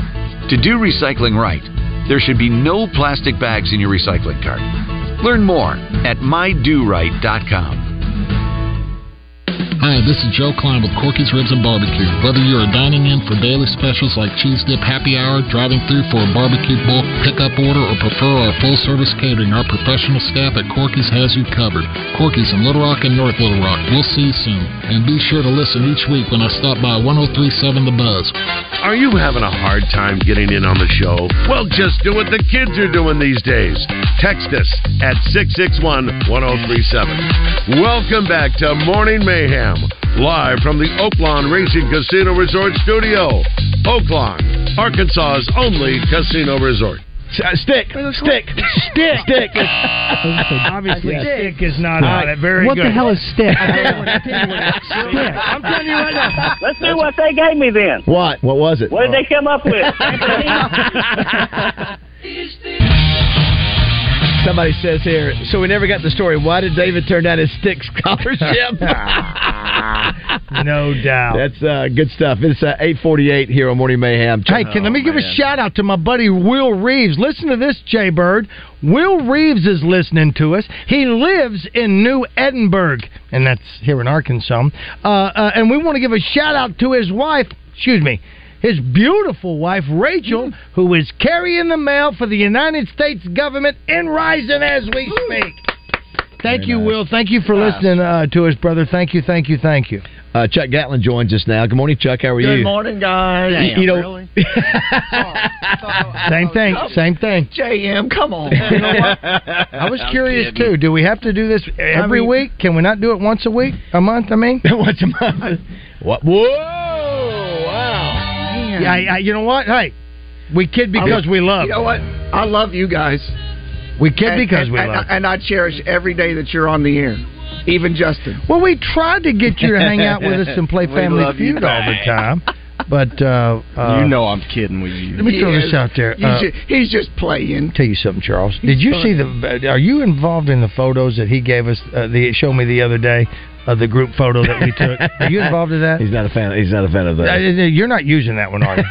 Speaker 10: to do recycling right, there should be no plastic bags in your recycling cart. Learn more at mydoright.com.
Speaker 14: Hi, this is Joe Klein with Corky's Ribs and Barbecue. Whether you're dining in for daily specials like cheese dip happy hour, driving through for a barbecue bulk pickup order, or prefer our full service catering, our professional staff at Corky's has you covered. Corky's in Little Rock and North Little Rock. We'll see you soon. And be sure to listen each week when I stop by 1037 The Buzz.
Speaker 2: Are you having a hard time getting in on the show? Well, just do what the kids are doing these days. Text us at 661 1037. Welcome back to Morning Mayhem, live from the Oaklawn Racing Casino Resort Studio. Oaklawn, Arkansas's only casino resort.
Speaker 3: Stick, stick, stick, stick.
Speaker 4: Obviously, stick is not
Speaker 3: All
Speaker 4: on
Speaker 3: right.
Speaker 4: it. Very
Speaker 3: What
Speaker 4: good.
Speaker 3: the hell is stick?
Speaker 4: <laughs> I tell you what, I tell you what, stick. I'm telling you right now.
Speaker 28: Let's do what they gave me then.
Speaker 3: What? What was it?
Speaker 28: What did they come
Speaker 3: <laughs>
Speaker 28: up
Speaker 17: <laughs>
Speaker 28: with?
Speaker 3: Somebody says here, so we never got the story. Why did David turn down his stick
Speaker 4: <laughs>
Speaker 3: scholarship? <laughs>
Speaker 4: no doubt.
Speaker 3: That's uh, good stuff. It's uh, 848 here on Morning Mayhem. Oh,
Speaker 4: Hey, can, let me give a shout out to my buddy Will Reeves. Listen to this, Jay Bird. Will Reeves is listening to us. He lives in New Edinburgh, and that's here in Arkansas. Uh, uh, and we want to give a shout out to his wife, excuse me, his beautiful wife, Rachel,
Speaker 3: Mm.
Speaker 4: who is carrying the mail for the United States government in Rising as we speak. Thank you, Will. Thank you for listening uh, to us, brother. Thank you, thank you, thank you.
Speaker 3: Ah. Uh, Chuck Gatlin joins us now. Good morning, Chuck. How are you?
Speaker 29: morning,
Speaker 4: <laughs>
Speaker 29: guys.
Speaker 3: You- you know- Really?
Speaker 4: Same thing, same thing.
Speaker 29: JM, come on.
Speaker 4: You know what? I
Speaker 29: <laughs>
Speaker 4: was curious too. Do we have to do this every
Speaker 29: mean-
Speaker 4: week? Can we not do it once a week, a month? I mean, once a month.
Speaker 3: What? Whoa!
Speaker 4: Yeah, I, I- you know what? Hey, we kid because we love.
Speaker 29: You know what? I love you guys.
Speaker 4: We kid
Speaker 29: And-
Speaker 4: because
Speaker 29: and-
Speaker 4: we
Speaker 29: and,
Speaker 4: love.
Speaker 29: And I cherish every day that you're on the air, even Justin.
Speaker 4: well, we tried to get you to hang out with us and play
Speaker 29: <laughs> We
Speaker 4: Family
Speaker 29: love you
Speaker 4: Feud all the
Speaker 29: back.
Speaker 4: time, but uh, uh,
Speaker 7: you know I'm kidding with you.
Speaker 4: Let me throw this out there.
Speaker 29: You
Speaker 4: Uh,
Speaker 29: ju- he's just playing.
Speaker 4: Tell you something, Charles. Did you see the? Are you involved in the photos that he gave us? Uh, the showed me the other day of the group photo that we took. Are you involved in that?
Speaker 3: He's not a fan. He's not a fan of
Speaker 4: Uh,
Speaker 3: that.
Speaker 4: You're not using that one, are you?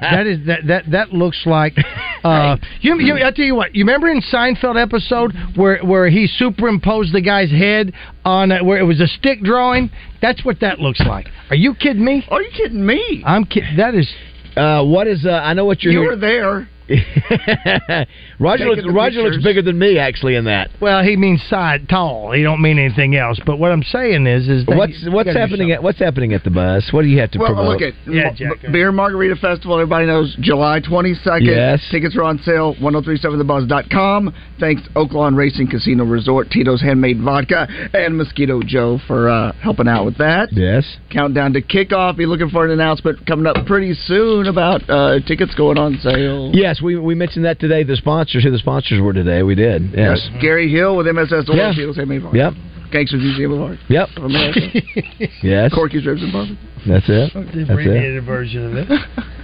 Speaker 4: that is that that that looks like. Uh, you, you, I tell you what. You remember in Seinfeld episode where where he superimposed the guy's head on a, where it was a stick drawing? That's what that looks like. Are you kidding me?
Speaker 29: Are you kidding me?
Speaker 4: I'm kidding. That is.
Speaker 3: Uh, what is? Uh, I know what you're.
Speaker 29: You
Speaker 3: here-
Speaker 29: were there.
Speaker 3: <laughs> Roger looks,
Speaker 4: Taking the
Speaker 3: Roger looks
Speaker 4: pictures.
Speaker 3: bigger than me actually in that.
Speaker 4: Well, he means side tall. He don't mean anything else. But what I'm saying is, is that
Speaker 3: What's what's happening at what's happening at the bus? What do you have to
Speaker 29: Well,
Speaker 3: promote?
Speaker 29: look at Beer Margarita Festival. Everybody knows July 22nd.
Speaker 3: Yes.
Speaker 29: Tickets are on sale, 1037thebuzz.com. Thanks, Oaklawn Racing Casino Resort, Tito's Handmade Vodka, and Mosquito Joe for uh, helping out with that.
Speaker 3: Yes.
Speaker 29: Countdown to kickoff. Be looking for an announcement coming up pretty soon about uh, tickets going on sale.
Speaker 3: Yes, we we mentioned that today. The sponsors, who the sponsors were today, we did. Yes.
Speaker 29: Gary Hill with MSS Oil
Speaker 3: Yeah.
Speaker 29: Tito's Handmade Vodka.
Speaker 3: Yep.
Speaker 29: Gangsters Museum of Art
Speaker 3: Yep.
Speaker 29: of America.
Speaker 3: <laughs> Yes.
Speaker 29: Corky's Ribs and Barbecue.
Speaker 3: That's it. That's it.
Speaker 29: abbreviated version of it.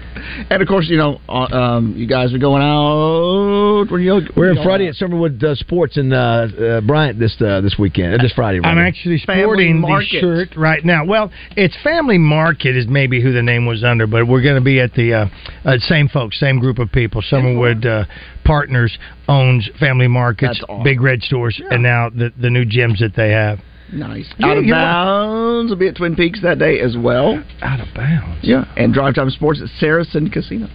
Speaker 29: <laughs> and of course, you know, uh, um, you guys are going out. Where you,
Speaker 3: We're in
Speaker 29: you
Speaker 3: Friday at Summerwood uh, Sports in uh, uh, Bryant this uh, this weekend. Uh, this Friday.
Speaker 4: I'm
Speaker 3: rather.
Speaker 4: actually
Speaker 29: Family
Speaker 4: sporting the
Speaker 29: Market.
Speaker 4: shirt right now. Well, it's Family Market is maybe who the name was under, but we're going to be at the uh, uh, same folks, same group of people. Summerwood uh, Partners owns Family Markets,
Speaker 29: That's awesome.
Speaker 4: Big Red Stores, and now the the new gyms that they have.
Speaker 29: Nice.
Speaker 4: Yeah,
Speaker 29: out of
Speaker 4: you're right.
Speaker 29: bounds. We'll be at Twin Peaks that day as well.
Speaker 4: Out of bounds.
Speaker 29: Yeah. And Drive Time Sports at Saracen Casino.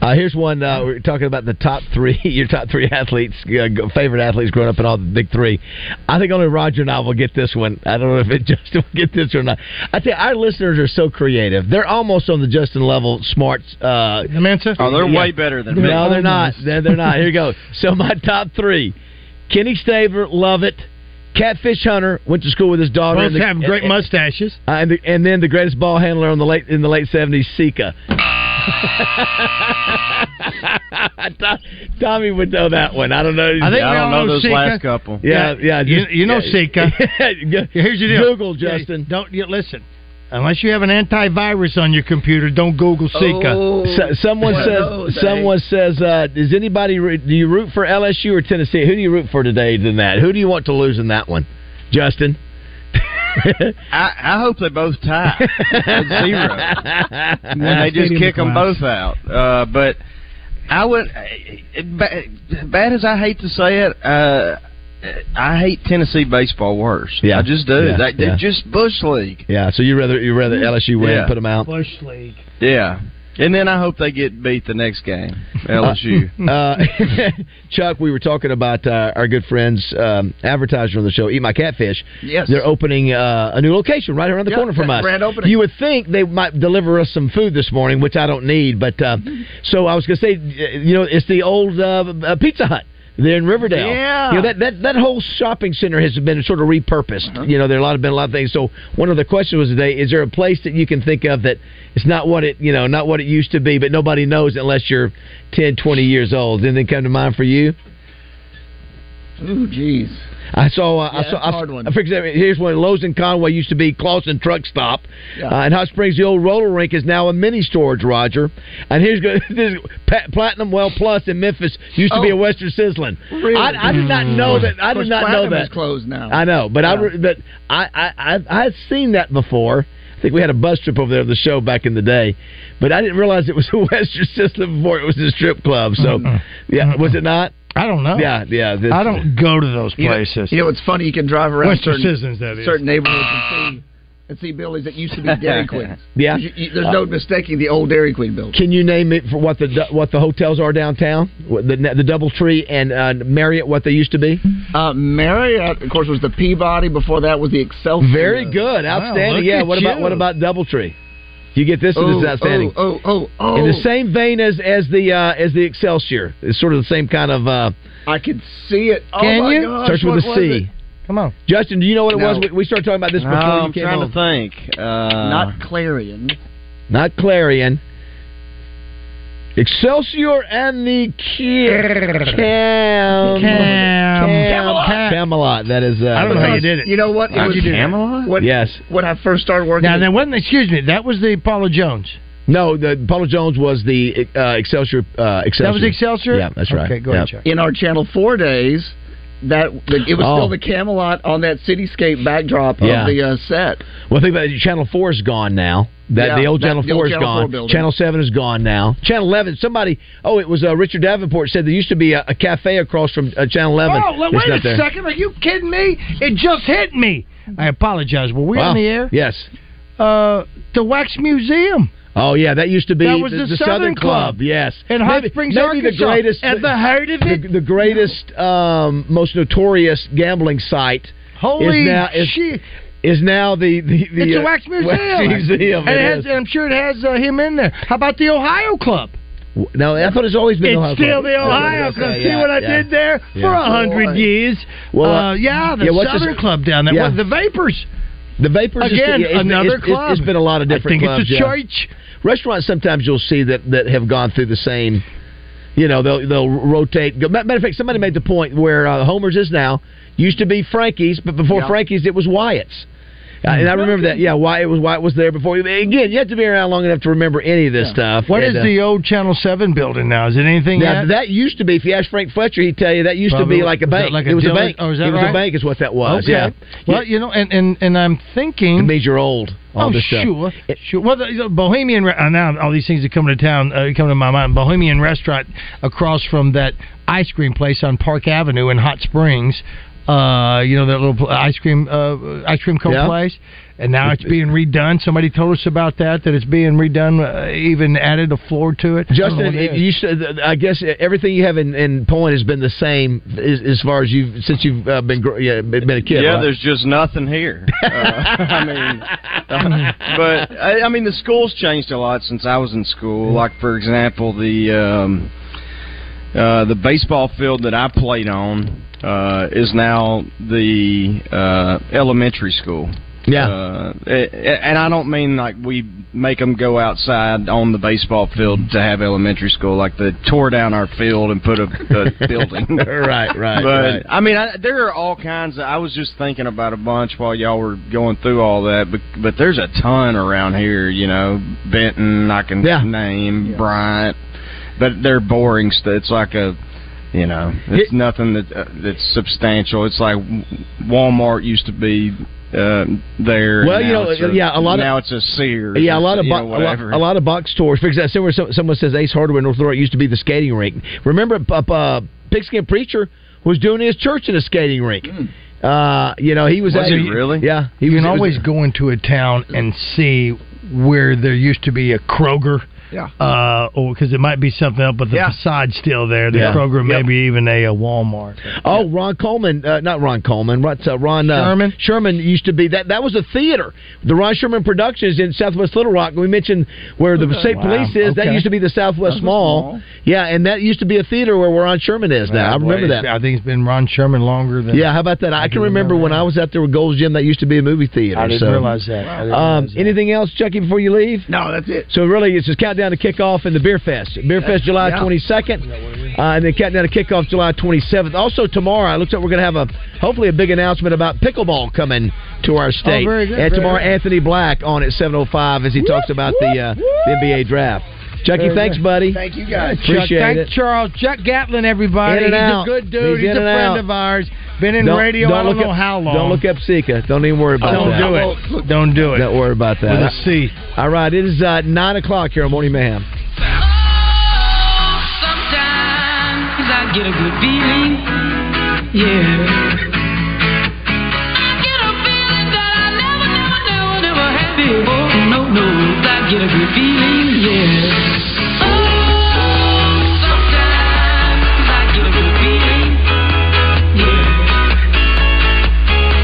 Speaker 3: Uh, here's one. Uh, we're talking about the top three, <laughs> your top three athletes, uh, go- favorite athletes growing up in all the big three. I think only Roger and I will get this one. I don't know if it <laughs> Justin will get this or not. I think our listeners are so creative. They're almost on the Justin level smarts. Uh,
Speaker 7: Oh, they're way better than me.
Speaker 3: No, they're not. They're, they're not. Here you go. So my top three: Kenny Staver, love it. Catfish Hunter went to school with his daughter.
Speaker 4: Both
Speaker 3: and the-
Speaker 4: have great
Speaker 3: and-
Speaker 4: mustaches.
Speaker 3: uh, and, the, and then the greatest ball handler on the late in the late seventies, Sika. <laughs> <laughs> To- Tommy would know that one. I don't know.
Speaker 4: I think we all know Sika.
Speaker 3: Yeah, yeah. just-
Speaker 4: you, you know
Speaker 3: yeah. <laughs>
Speaker 4: Sika. Here's your deal.
Speaker 3: Google,
Speaker 4: Yeah,
Speaker 3: Justin.
Speaker 4: don't you listen. Unless you have an antivirus on your computer, don't Google Sika.
Speaker 29: Oh,
Speaker 3: So- someone says. Someone says. Uh, does anybody? Re- do you root for LSU or Tennessee? Who do you root for today? Than that? Who do you want to lose in that one? Justin. <laughs>
Speaker 7: I, I hope they both tie
Speaker 3: <laughs>
Speaker 7: at zero when they just
Speaker 3: Stadium
Speaker 7: kick them
Speaker 3: collapse.
Speaker 7: both out. Uh, but I would, ba- bad as I hate to say it, uh, I hate Tennessee baseball worse.
Speaker 3: Yeah,
Speaker 7: I just do.
Speaker 3: yeah,
Speaker 7: they, they're
Speaker 3: yeah.
Speaker 7: just bush league.
Speaker 3: Yeah. So you rather you rather LSU win
Speaker 7: Yeah.
Speaker 3: and put them out.
Speaker 4: Bush League.
Speaker 7: Yeah, and then I hope they get beat the next
Speaker 3: <laughs>
Speaker 7: game. LSU.
Speaker 3: Uh, <laughs> Chuck, we were talking about uh, our good friends, um, advertiser on the show, Eat My Catfish.
Speaker 29: Yes.
Speaker 3: They're opening uh, a new location right around the
Speaker 29: Yeah,
Speaker 3: corner from
Speaker 29: that
Speaker 3: us.
Speaker 29: grand opening.
Speaker 3: You would think they might deliver us some food this morning, which I don't need. But uh, so I was going to say, uh, you know, it's the old uh, uh, Pizza Hut. There in Riverdale,
Speaker 29: Yeah.
Speaker 3: You know, that, that that whole shopping center has been sort of repurposed. You know, there are a lot of been a lot of things. So one of the questions was today: Is there a place that you can think of that it's not what it you know not what it used to be, but nobody knows unless you're 10, 20 years old? Didn't it come to mind for you?
Speaker 29: Ooh, jeez.
Speaker 3: I saw. Uh,
Speaker 29: Yeah,
Speaker 3: I saw.
Speaker 29: that's
Speaker 3: I,
Speaker 29: a hard one.
Speaker 3: For example, here's one. Lowe's and Conway used to be Clausen Truck Stop,
Speaker 29: Yeah.
Speaker 3: uh, in Hot Springs. The old roller rink is now a mini storage, Roger. And here's go, <laughs> this Pat, Platinum Well Plus in Memphis used to be
Speaker 29: Oh.
Speaker 3: a Western Sizzling. I, I did not
Speaker 4: Mm.
Speaker 3: know that. I
Speaker 29: Of course,
Speaker 3: did not know
Speaker 29: Platinum
Speaker 3: that.
Speaker 29: Is closed now.
Speaker 4: Oh.
Speaker 3: I know, but I
Speaker 29: Yeah.
Speaker 3: re- but I I I I've seen that before. I think we had a bus trip over there on the show back in the day, but I didn't realize it was a <laughs> Western system before it was a strip club.
Speaker 4: <laughs>
Speaker 3: So, yeah, was it not?
Speaker 4: I don't know.
Speaker 3: Yeah, yeah. this-
Speaker 4: I don't go to those
Speaker 29: You know-
Speaker 4: places.
Speaker 29: You know, it's funny. You can drive around
Speaker 4: Western
Speaker 29: certain,
Speaker 4: Citizens, that is.
Speaker 29: certain neighborhoods and see and see buildings that used to be <laughs> Dairy Queens.
Speaker 3: Yeah.
Speaker 29: You- you- there's no mistaking the old Dairy Queen building.
Speaker 3: Can you name it for what the what the hotels are downtown? What The the DoubleTree and uh, Marriott, what they used to be.
Speaker 29: Uh, Marriott, of course, was the Peabody. Before that was the Excelsior.
Speaker 3: Very good, outstanding. yeah. What about what about DoubleTree? You get this one. This is outstanding.
Speaker 29: Oh, oh, oh, oh.
Speaker 3: In the same vein as as the uh, as the Excelsior, it's sort of the same kind of. Uh,
Speaker 29: I could see it. Oh
Speaker 3: Can
Speaker 29: my
Speaker 3: you?
Speaker 29: gosh,
Speaker 3: Starts with
Speaker 29: what
Speaker 3: a
Speaker 29: was
Speaker 3: C.
Speaker 29: it?
Speaker 4: Come on,
Speaker 3: Justin. Do you know what it
Speaker 29: No.
Speaker 3: was? We, we started talking about this
Speaker 29: No,
Speaker 3: before you
Speaker 29: I'm
Speaker 3: came
Speaker 29: trying to
Speaker 3: on.
Speaker 7: think. Uh,
Speaker 29: Not Clarion.
Speaker 3: Not Clarion. Excelsior and the Cam. Cam. Camelot. Camelot. That is. Uh,
Speaker 29: You know what?
Speaker 3: How'd you do that?
Speaker 29: When,
Speaker 3: Yes.
Speaker 29: When I first started working.
Speaker 4: Now, that wasn't, excuse me, that was the Paula Jones.
Speaker 3: No, the Paula Jones was the uh, Excelsior, uh, Excelsior.
Speaker 29: Excelsior?
Speaker 3: Yeah, that's right.
Speaker 29: Okay, go ahead,
Speaker 3: yeah.
Speaker 29: in our Channel Four days. That the, it was
Speaker 3: Oh.
Speaker 29: still the Camelot on that cityscape backdrop
Speaker 3: Yeah.
Speaker 29: of the uh, set.
Speaker 3: Well, think about it. Channel Four is gone now. That
Speaker 29: Yeah,
Speaker 3: the old
Speaker 29: that-
Speaker 3: Channel
Speaker 29: the old
Speaker 3: Four is
Speaker 29: Channel 4
Speaker 3: gone.
Speaker 29: building.
Speaker 3: Channel Seven is gone now. Channel Eleven. Somebody. Oh, it was uh, Richard Davenport said there used to be a, a cafe across from uh, Channel Eleven.
Speaker 4: Oh, le-
Speaker 3: It's
Speaker 4: wait
Speaker 3: not
Speaker 4: a
Speaker 3: there.
Speaker 4: second. Are you kidding me? It just hit me. I apologize. Were we
Speaker 3: Wow.
Speaker 4: on the air?
Speaker 3: Yes.
Speaker 4: Uh, the Wax Museum.
Speaker 3: Oh yeah, that used to be
Speaker 4: That was the Southern Club.
Speaker 3: Yes,
Speaker 4: In Hot Springs,
Speaker 3: maybe
Speaker 4: Arkansas.
Speaker 3: the greatest.
Speaker 4: Ever heard of it?
Speaker 3: The, the greatest, um, most notorious gambling site.
Speaker 4: Holy
Speaker 3: is now, is,
Speaker 4: shit.
Speaker 3: Is now the the, the
Speaker 4: it's a
Speaker 3: uh,
Speaker 4: wax museum.
Speaker 3: Wax <laughs> museum.
Speaker 4: And,
Speaker 3: it
Speaker 4: it has,
Speaker 3: is.
Speaker 4: and I'm sure it has uh, him in there. How about the Ohio Club?
Speaker 3: No, I thought it's always been
Speaker 4: it's
Speaker 3: the Ohio
Speaker 4: still
Speaker 3: Club.
Speaker 4: the Ohio
Speaker 3: Okay,
Speaker 4: Club. See
Speaker 3: yeah,
Speaker 4: what I
Speaker 3: yeah.
Speaker 4: did there
Speaker 3: Yeah.
Speaker 4: for a hundred years.
Speaker 3: Well,
Speaker 4: uh,
Speaker 3: uh,
Speaker 4: yeah, the
Speaker 3: yeah, what's his-
Speaker 4: Southern Club down there.
Speaker 3: yeah.
Speaker 4: What, the Vapors.
Speaker 3: The Vapors is-
Speaker 4: Again,
Speaker 3: yeah, it's been-
Speaker 4: another
Speaker 3: it's- it's-
Speaker 4: club.
Speaker 3: it's been a lot of
Speaker 4: I
Speaker 3: different
Speaker 4: think it's a
Speaker 3: clubs. yeah.
Speaker 4: church.
Speaker 3: Restaurants sometimes you'll see that that have gone through the same. You know they'll they'll rotate. Go- Matter of fact, somebody made the point where uh, Homer's is now used to be Frankie's, but before
Speaker 4: Yeah.
Speaker 3: Frankie's it was Wyatt's. Uh, and I remember that. Yeah, Wyatt was Wyatt was there before. Again, you have to be around long enough to remember any of this stuff.
Speaker 4: What is
Speaker 3: And, uh,
Speaker 4: the old Channel Seven building now? Is it anything?
Speaker 3: now,
Speaker 4: yet?
Speaker 3: that used to be, if you ask Frank Fletcher, he'd tell you that used
Speaker 4: Probably
Speaker 3: to be like a
Speaker 4: was that
Speaker 3: bank.
Speaker 4: like a
Speaker 3: it was a
Speaker 4: dealer-
Speaker 3: bank.
Speaker 4: oh, is that
Speaker 3: it was a
Speaker 4: right?
Speaker 3: bank, is what that was.
Speaker 4: Okay.
Speaker 3: Yeah.
Speaker 4: Well, you know, and, and, and I'm thinking. It
Speaker 3: means you're old. all
Speaker 4: oh,
Speaker 3: this stuff.
Speaker 4: sure. Sure. Well, the, the Bohemian. Re- uh, now, all these things that come to town, uh, come to my mind. Bohemian restaurant across from that ice cream place on Park Avenue in Hot Springs. Uh, you know that little pl- ice cream uh, ice cream cone
Speaker 12: Yeah.
Speaker 4: place, and now it's being redone. Somebody told us about that that it's being redone, uh, even added a floor to it. I don't know
Speaker 3: Justin,
Speaker 4: what it
Speaker 3: it,
Speaker 4: is.
Speaker 3: you said, I guess everything you have in, in Poland has been the same as, as far as you've since you've uh, been gr- yeah, been been a kid.
Speaker 7: yeah,
Speaker 3: right?
Speaker 7: there's just nothing
Speaker 3: <laughs>
Speaker 7: here. Uh, I mean, uh, but I, I mean the school's changed a lot since I was in school. Like for example, the um, uh, the baseball field that I played on uh, is now the uh, elementary school.
Speaker 3: Yeah.
Speaker 7: Uh, a- a- and I don't mean like we make them go outside on the baseball field to have elementary school. Like they tore down our field and put a,
Speaker 3: <laughs>
Speaker 7: a building.
Speaker 3: right, right,
Speaker 7: But
Speaker 3: right.
Speaker 7: I mean, I, there are all kinds. Of, I was just thinking about a bunch while y'all were going through all that. But but there's a ton around here. You know, Benton, I can name Bryant, but they're boring. St- it's like a. You know, it's nothing that uh, that's substantial. It's like Walmart used to be uh, there. and
Speaker 3: Well, you
Speaker 7: now
Speaker 3: know,
Speaker 7: it's a-
Speaker 3: yeah, a lot of-
Speaker 7: now it's a Sears.
Speaker 3: Yeah, a lot of
Speaker 7: you
Speaker 3: bo-
Speaker 7: know,
Speaker 3: a, lot,
Speaker 7: whatever.
Speaker 3: a lot of box stores. For example, somewhere some- someone says Ace Hardware in North Florida used to be the skating rink. Remember, p- p- uh, Pigskin Preacher was doing his church in a skating rink.
Speaker 7: Hmm.
Speaker 3: Uh, you know, he was,
Speaker 4: Was
Speaker 3: at,
Speaker 4: he really?
Speaker 3: Yeah, he
Speaker 4: you
Speaker 3: was
Speaker 4: can
Speaker 3: it was-
Speaker 4: always go into a town and see where there used to be a Kroger.
Speaker 29: Yeah.
Speaker 4: Uh, or because it might be something up, but the facade's still there. The
Speaker 3: Yeah.
Speaker 4: Kroger,
Speaker 3: Yep.
Speaker 4: maybe even a, uh Walmart.
Speaker 3: Oh, Ron Coleman, uh, not Ron Coleman, Ron, uh, Ron uh,
Speaker 4: Sherman?
Speaker 3: Sherman used to be that. That was a theater. The Ron Sherman Productions in Southwest Little Rock. We mentioned where the
Speaker 29: Okay.
Speaker 3: state
Speaker 29: Wow,
Speaker 3: police is. That
Speaker 29: okay.
Speaker 3: used to be the Southwest Mall. Yeah, and that used to be a theater where Ron Sherman is now. I remember that.
Speaker 4: I think it's been Ron Sherman longer than.
Speaker 3: yeah, how about that? I, can remember, when I was out there with Gold's Gym. That used to be a movie theater.
Speaker 4: I didn't
Speaker 3: so.
Speaker 4: realize that. I didn't
Speaker 3: Um, anything else, Chucky, before you leave?
Speaker 29: No, that's it.
Speaker 3: So really, it's just countdown to kickoff and the Beer Fest. Beer Fest, July
Speaker 29: yeah.
Speaker 3: 22nd, uh, and then countdown to kickoff July 27th. Also tomorrow, it looks like we're going to have a hopefully a big announcement about pickleball coming to our state.
Speaker 29: very good,
Speaker 3: and
Speaker 29: very
Speaker 3: tomorrow,
Speaker 29: good.
Speaker 3: Anthony Black on at 7:05 as he talks about the, uh, the NBA draft. Chucky,
Speaker 29: Very
Speaker 3: thanks,
Speaker 29: good.
Speaker 3: buddy.
Speaker 29: Thank you, guys.
Speaker 3: Appreciate
Speaker 4: Chuck, thank
Speaker 3: it.
Speaker 4: Charles. Chuck Gatlin, everybody.
Speaker 3: In and
Speaker 4: He's
Speaker 3: out.
Speaker 4: a good
Speaker 3: He's
Speaker 4: dude. He's,
Speaker 3: in
Speaker 4: a
Speaker 3: and
Speaker 4: friend
Speaker 3: out.
Speaker 4: of ours. Been in radio, I don't
Speaker 3: look
Speaker 4: know
Speaker 3: up-
Speaker 4: how long.
Speaker 3: Don't look up Sika. Don't even worry about
Speaker 4: Don't
Speaker 3: that.
Speaker 4: do it. Don't do it.
Speaker 3: Don't worry about that.
Speaker 4: With a C.
Speaker 3: All right, it is uh, 9 o'clock here on Morning Mayhem.
Speaker 15: Sometimes I get a good feeling, yeah. I get a feeling that I never, never, never, never had before. No, no, I get a good feeling, yeah. Oh, sometimes I get a good feeling, yeah.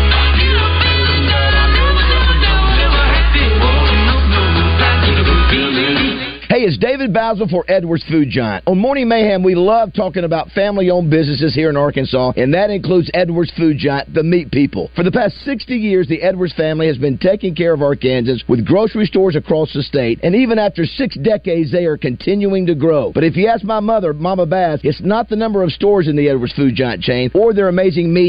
Speaker 15: I get a feeling that I never, never, never, never had before. No, no, I get a good feeling.
Speaker 3: Hey, it's David Basil for Edwards Food Giant. On Morning Mayhem, we love talking about family owned businesses here in Arkansas, and that includes Edwards Food Giant, the meat people. For the past 60 years, the Edwards family has been taking care of Arkansans with grocery stores across the state, and even after six decades, they are continuing to grow. But if you ask my mother, Mama Bass, it's not the number of stores in the Edwards Food Giant chain or their amazing meat.